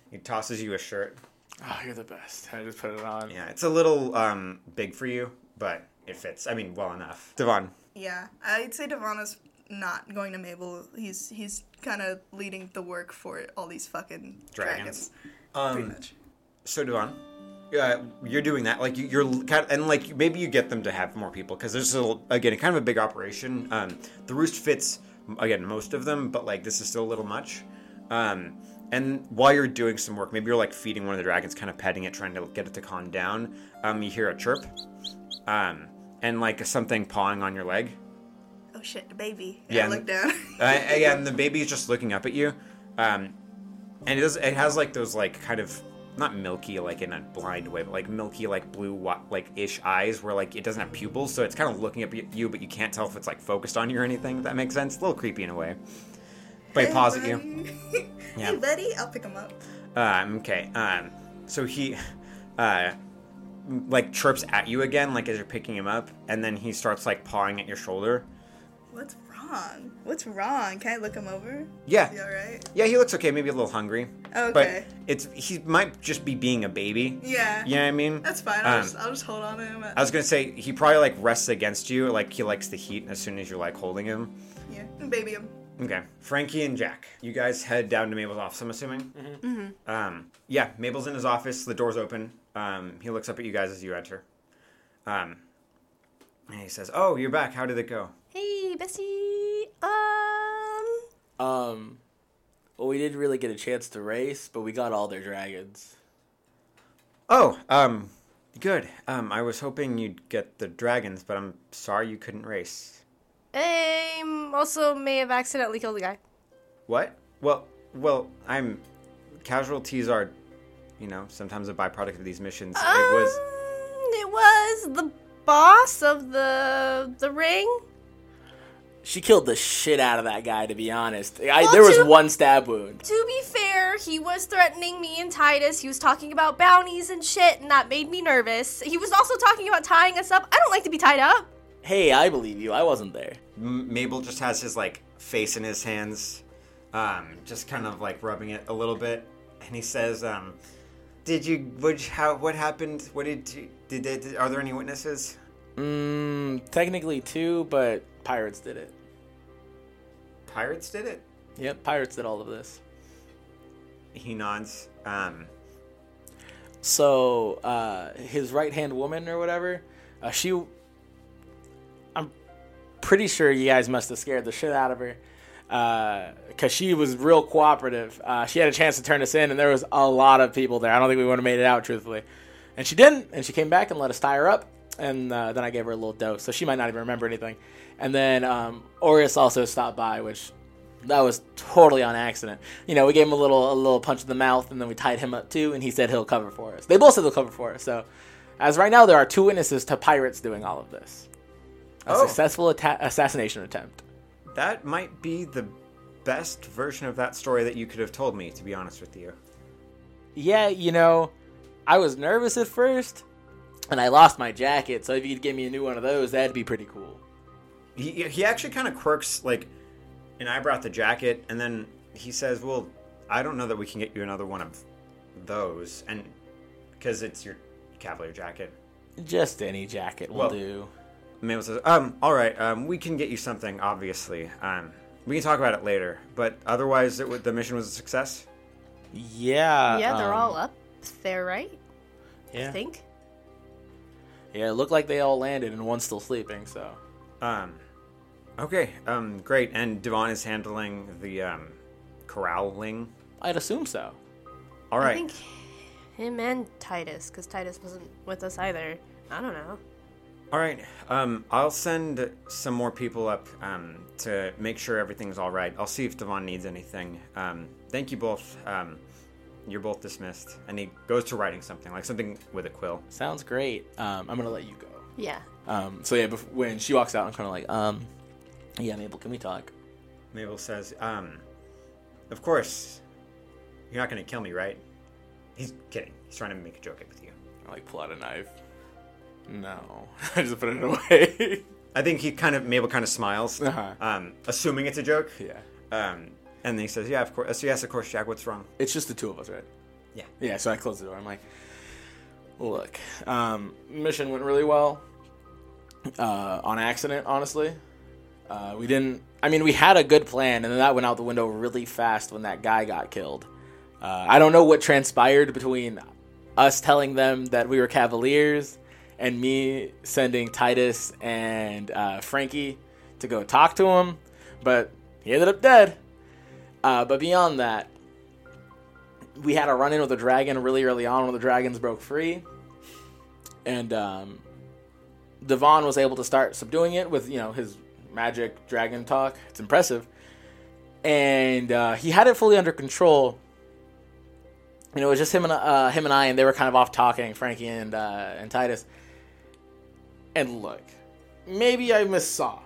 S2: He tosses you a shirt.
S5: Oh, you're the best. I just put it on.
S2: Yeah, it's a little um, big for you, but it fits. I mean, well enough. Devon.
S1: Yeah, I'd say Devana's not going to Mabel. He's he's kind of leading the work for all these fucking
S2: Dragons.
S1: dragons. Um, pretty much.
S2: So Devon, uh, you're doing that. Like you, you're kind of, and like maybe you get them to have more people because there's still again kind of a big operation. Um, the roost fits again most of them, but like this is still a little much. Um, and while you're doing some work, maybe you're like feeding one of the dragons, kind of petting it, trying to get it to calm down. Um, you hear a chirp, um, and like something pawing on your leg.
S1: Oh shit, the baby.
S2: Yeah,
S1: Yeah, I look
S2: and-
S1: down.
S2: uh, again, the baby's just looking up at you, um, and it does. It has like those like kind of not milky like in a blind way, but like milky like blue wa- like ish eyes where like it doesn't have pupils, so it's kind of looking up at you, but you can't tell if it's like focused on you or anything. If that makes sense. A little creepy in a way. But he paws at you. Yeah.
S1: Hey buddy, I'll pick him up.
S2: Um, okay. Um, so he, uh, m- like chirps at you again, like as you're picking him up, and then he starts like pawing at your shoulder.
S1: What's wrong? What's wrong? Can I look him over?
S2: Yeah.
S1: You all right?
S2: Yeah, he looks okay. Maybe a little hungry.
S1: Okay.
S2: But it's he might just be being a baby.
S1: Yeah.
S2: You know what I mean?
S1: That's fine. I'll,
S2: Um,
S1: just, I'll just hold on to him.
S2: I was gonna say he probably like rests against you, like he likes the heat as soon as you're like holding him.
S1: yeah, baby um, him.
S2: Okay. Frankie and Jack, you guys head down to Mabel's office. I'm assuming. Mm-hmm. Um, yeah, Mabel's in his office. The door's open. Um, he looks up at you guys as you enter. Um, and he says, "Oh, you're back. How did it go?"
S4: Hey, Bessie. Um.
S5: Um, well, we didn't really get a chance to race, but we got all their dragons.
S2: Oh, um, good. Um, I was hoping you'd get the dragons, but I'm sorry you couldn't race.
S4: Um. Also, may have accidentally killed the guy.
S2: What? Well, well, I'm. Casualties are, you know, sometimes a byproduct of these missions.
S4: Ah!
S2: it was.
S4: Um, it was the boss of the the ring.
S5: She killed the shit out of that guy, to be honest. I,
S4: Well,
S5: there was
S4: to-
S5: one stab wound.
S4: To be fair, he was threatening me and Titus. He was talking about bounties and shit, and that made me nervous. He was also talking about tying us up. I don't like to be tied up.
S5: Hey, I believe you. I wasn't there.
S2: M- Mabel just has his like face in his hands, um, just kind of like rubbing it a little bit, and he says, um, "Did you? What? How? What happened? What did you? Did, they- did? Are there any witnesses?
S5: Mm, technically two, but pirates did it.
S2: Pirates did it."
S5: Yep, pirates did all of this.
S2: He nods. Um,
S5: So uh, his right hand woman or whatever, uh, she, I'm pretty sure you guys must have scared the shit out of her, because Uh, she was real cooperative. Uh, she had a chance to turn us in, and there was a lot of people there. I don't think we would have made it out truthfully, and she didn't. And she came back and let us tie her up, and uh, then I gave her a little dose, so she might not even remember anything. And then um, Orius also stopped by, which that was totally on accident. You know, we gave him a little a little punch in the mouth, and then we tied him up too, and he said he'll cover for us. They both said they'll cover for us, so As right now, there are two witnesses to pirates doing all of this. A
S2: Oh.
S5: successful atta- assassination attempt.
S2: That might be the best version of that story that you could have told me, to be honest with you.
S5: Yeah, you know, I was nervous at first, and I lost my jacket. So if you could give me a new one of those, that'd be pretty cool.
S2: He, he actually kind of quirks, like, and I brought the jacket, and then he says, Well, I don't know that we can get you another one of those, and because it's your Cavalier jacket.
S5: Just any jacket will
S2: Well-
S5: do.
S2: Mabel says, "Um, all right. Um, we can get you something. Obviously, um, we can talk about it later. But otherwise, it, wa- the mission was a success.
S5: Yeah.
S4: yeah, they're
S5: um,
S4: all up there, right? I
S5: Yeah.
S4: think.
S5: Yeah, it looked like they all landed and one's still sleeping, so.
S2: Um, okay. Um, great. And Devon is handling the um, corralling.
S5: I'd assume so.
S2: All
S4: I
S2: right.
S4: think him and Titus, because Titus wasn't with us either. I don't know.
S2: All right. Um, I'll send some more people up um, to make sure everything's all right. I'll see if Devon needs anything. Um, thank you both. Um, you're both dismissed. And he goes to writing something, like something with a quill.
S5: Sounds great. Um, I'm going to let you go.
S4: Yeah.
S5: Um, so, yeah, bef- when she walks out, I'm kind of like, um, yeah, Mabel, can we talk?
S2: Mabel says, um, of course, you're not going to kill me, right? He's kidding. He's trying to make a joke with you.
S5: I, like, pull out a knife. No. I just put it away.
S2: I think he kind of, Mabel kind of smiles,
S5: Uh-huh.
S2: um, assuming it's a joke.
S5: yeah.
S2: Um, and then he says, yeah, of course. So yes, of course, Jack, what's wrong?
S5: It's just the two of us, right?
S2: Yeah.
S5: Yeah, so I close the door. I'm like, look, um, mission went really well. Uh, on accident, honestly. Uh, we didn't. I mean, we had a good plan, and then that went out the window really fast when that guy got killed. Uh, I don't know what transpired between us telling them that we were Cavaliers and me sending Titus and uh, Frankie to go talk to him, but he ended up dead. Uh, but beyond that, we had a run in with a dragon really early on when the dragons broke free. And um, Devon was able to start subduing it with, you know, his magic dragon talk. It's impressive. And uh, he had it fully under control. You know, it was just him and uh, him and I, and they were kind of off talking, Frankie and uh, and Titus. And look, maybe I missaw,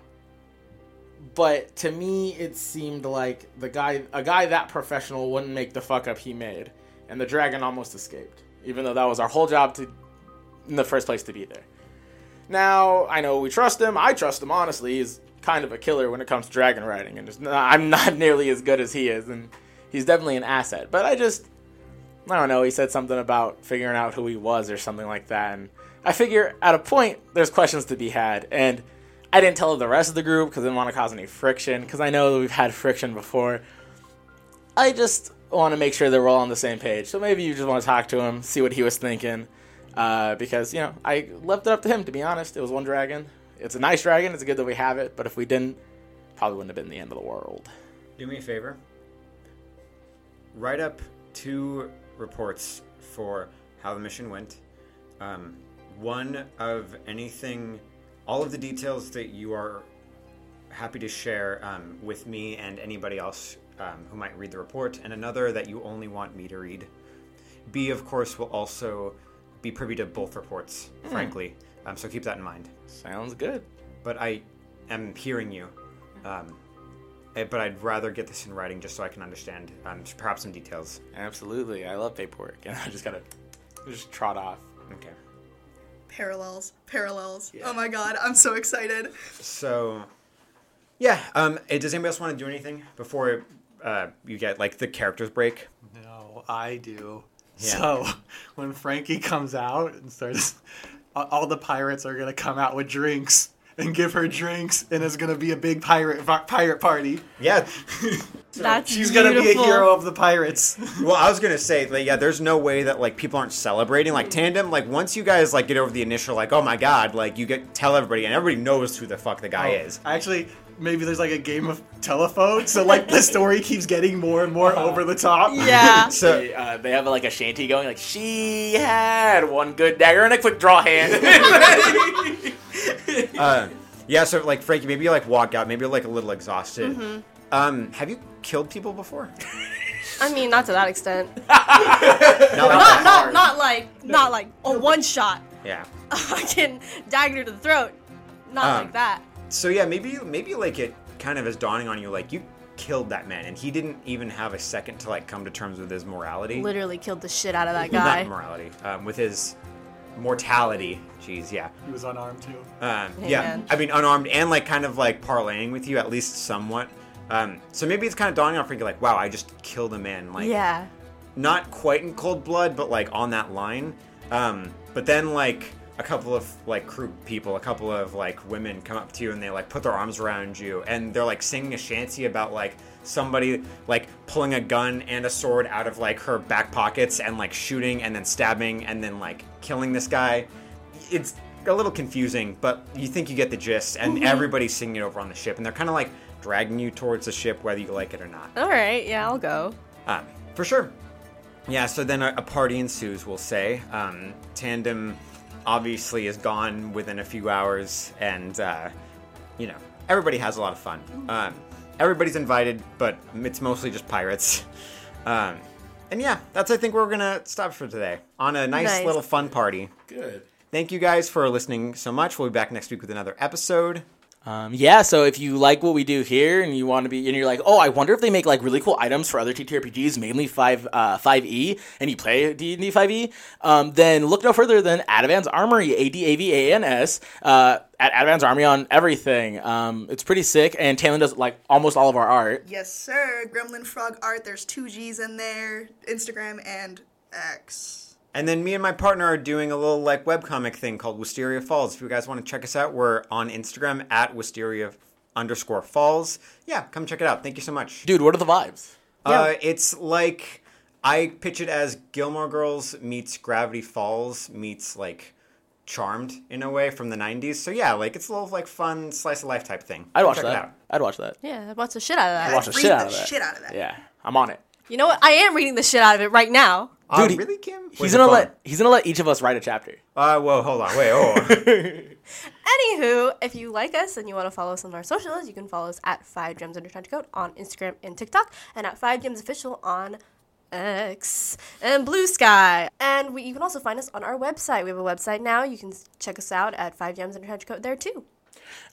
S5: but to me it seemed like the guy a guy that professional wouldn't make the fuck up he made and the dragon almost escaped even though that was our whole job to in the first place to be there now i know we trust him i trust him honestly he's kind of a killer when it comes to dragon riding and it's not, i'm not nearly as good as he is and he's definitely an asset but i just i don't know he said something about figuring out who he was or something like that and i figure at a point there's questions to be had and I didn't tell the rest of the group because I didn't want to cause any friction because I know that we've had friction before. I just want to make sure that we're all on the same page. So maybe you just want to talk to him, see what he was thinking, uh, because you know I left it up to him. To be honest, it was one dragon. It's a nice dragon. It's good that we have it, but if we didn't, probably wouldn't have been the end of the world.
S2: Do me a favor. Write up two reports for how the mission went. Um, one of anything, all of the details that you are happy to share um, with me and anybody else um, who might read the report, and another that you only want me to read. B, of course, will also be privy to both reports, frankly. Um, so keep that in mind
S5: Sounds good.
S2: but I am hearing you. Um, eh, but I'd rather get this in writing just so I can understand um, s- perhaps some details.
S5: Absolutely, I love paperwork, and I just gotta just trot off.
S2: Okay.
S1: Parallels. Parallels. Oh my god, I'm so excited.
S2: So, yeah. Um, eh, does anybody else want to do anything before uh, you get like the characters break?
S3: No, I do.
S2: Yeah.
S3: So when Frankie comes out and starts, a- all the pirates are gonna come out with drinks and give her drinks, and it's gonna be a big pirate vi- pirate party.
S2: Yeah.
S4: That's
S3: She's gonna be a
S4: beautiful.
S3: hero of the pirates.
S2: Well, I was gonna say, like, yeah. There's no way that like people aren't celebrating. Like tandem. Like once you guys like get over the initial, like, oh my god, like you get tell everybody, and everybody knows who the fuck the
S3: Oh.
S2: guy is.
S3: Actually, maybe there's like a game of telephone, so like the story keeps getting more and more over the top.
S4: Yeah.
S2: So
S5: They, uh, they have like a shanty going, like she had one good dagger and a quick draw hand.
S2: Uh, yeah, so like Frankie, maybe you like walk out, maybe you're like a little exhausted.
S4: Mm-hmm.
S2: Um, have you killed people before?
S4: I mean, not to that extent.
S2: No,
S4: Not, not, not like, not like a one shot.
S2: Yeah.
S4: fucking dagger to the throat. Not
S2: Um,
S4: like that.
S2: So yeah, maybe maybe like it kind of is dawning on you like you killed that man and he didn't even have a second to like come to terms with his morality.
S4: Literally killed the shit out of that guy.
S2: Not morality. Um, with his mortality. Jeez, yeah.
S3: He was unarmed too.
S2: Um, yeah,
S4: man.
S2: I mean, unarmed and like kind of like parlaying with you at least somewhat. Um, so maybe it's kind of dawning on you like, wow, I just killed a man. Like,
S4: yeah.
S2: not quite in cold blood, but like on that line. Um, but then like a couple of like crew people, a couple of like women come up to you and they like put their arms around you and they're like singing a shanty about like somebody like pulling a gun and a sword out of like her back pockets and like shooting and then stabbing and then like killing this guy. It's a little confusing, but you think you get the gist and everybody's singing it over on the ship and they're kind of like dragging you towards the ship whether you like it or not.
S4: All right. Yeah, I'll go.
S2: Um, for sure. Yeah, so then a, a party ensues, we'll say. Um, Tandem obviously is gone within a few hours, and, uh, you know, everybody has a lot of fun. Um, everybody's invited, but it's mostly just pirates. Um, and yeah, that's, I think, where we're going to stop for today on a nice
S4: Nice.
S2: little fun party.
S5: Good.
S2: Thank you guys for listening so much. We'll be back next week with another episode.
S5: Um, yeah, so if you like what we do here and you want to be, and you're like, oh, I wonder if they make like really cool items for other TTRPGs, mainly five uh, five E, and you play D and D five E, um, then look no further than Adavan's Armory, A D A V A N S, uh, at Adavan's Armory on everything. Um, it's pretty sick, and Taylor does like almost all of our art.
S1: Yes, sir. Gremlin Frog Art. There's two G's in there. Instagram and X.
S2: And then me and my partner are doing a little like webcomic thing called Wisteria Falls. If you guys want to check us out, we're on Instagram at Wisteria underscore falls. Yeah, come check it out. Thank you so much.
S5: Dude, what are the vibes?
S2: Uh, it's like I pitch it as Gilmore Girls meets Gravity Falls meets like Charmed in a way from the 90s. So yeah, like it's a little like fun slice of life type thing.
S5: I'd watch
S2: check
S5: that.
S2: It out.
S5: I'd watch that.
S4: Yeah, watch the shit out of
S5: I'd
S4: that.
S5: watch the
S1: read
S5: shit out
S1: the
S5: of that.
S1: shit out of that.
S5: Yeah, I'm on it.
S4: You know what? I am reading the shit out of it right now.
S2: Uh,
S5: Dude, he-
S2: really, Kim? Where's
S5: He's
S2: your
S5: gonna
S2: phone?
S5: let he's gonna let each of us write a chapter.
S2: Uh, whoa, hold on. Wait, oh.
S4: Anywho, if you like us and you want to follow us on our socials, you can follow us at Five Gems Under Trench Coat on Instagram and TikTok, and at Five Gems Official on X and Blue Sky. And we, you can also find us on our website. We have a website now. You can s- check us out at Five Gems Under Trench Coat there too.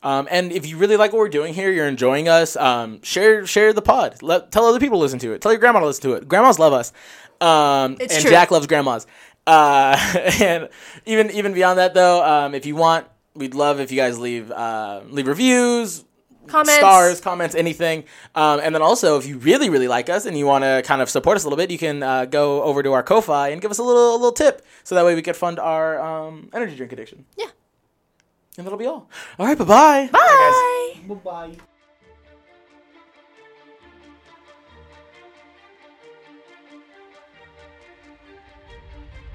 S5: Um, and if you really like what we're doing here, you're enjoying us. Um, share share the pod. Let, tell other people to listen to it. Tell your grandma to listen to it. Grandmas love us. Um,
S4: It's
S5: and
S4: true.
S5: Jack loves grandmas. Uh, and even even beyond that though, um, if you want, we'd love if you guys leave uh, leave reviews,
S4: Comments.
S5: stars, comments, anything. Um, and then also, if you really, really like us and you want to kind of support us a little bit, you can uh, go over to our Ko-fi and give us a little, a little tip, so that way we could fund our um, energy drink addiction.
S4: Yeah.
S5: And that'll be all. All right, bye-bye. Bye.
S4: Bye.
S3: Bye.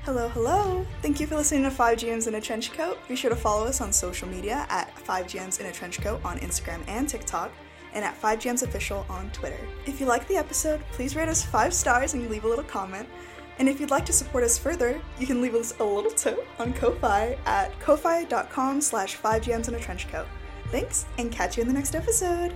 S1: Hello, hello. Thank you for listening to 5 GMs in a Trench Coat. Be sure to follow us on social media at 5 GMs in a Trench Coat on Instagram and TikTok, and at 5 GMs Official on Twitter. If you like the episode, please rate us 5 stars and leave a little comment. And if you'd like to support us further, you can leave us a little tip on Ko-Fi at ko-fi.com slash 5 GMs in a Trench Coat. Thanks, and catch you in the next episode.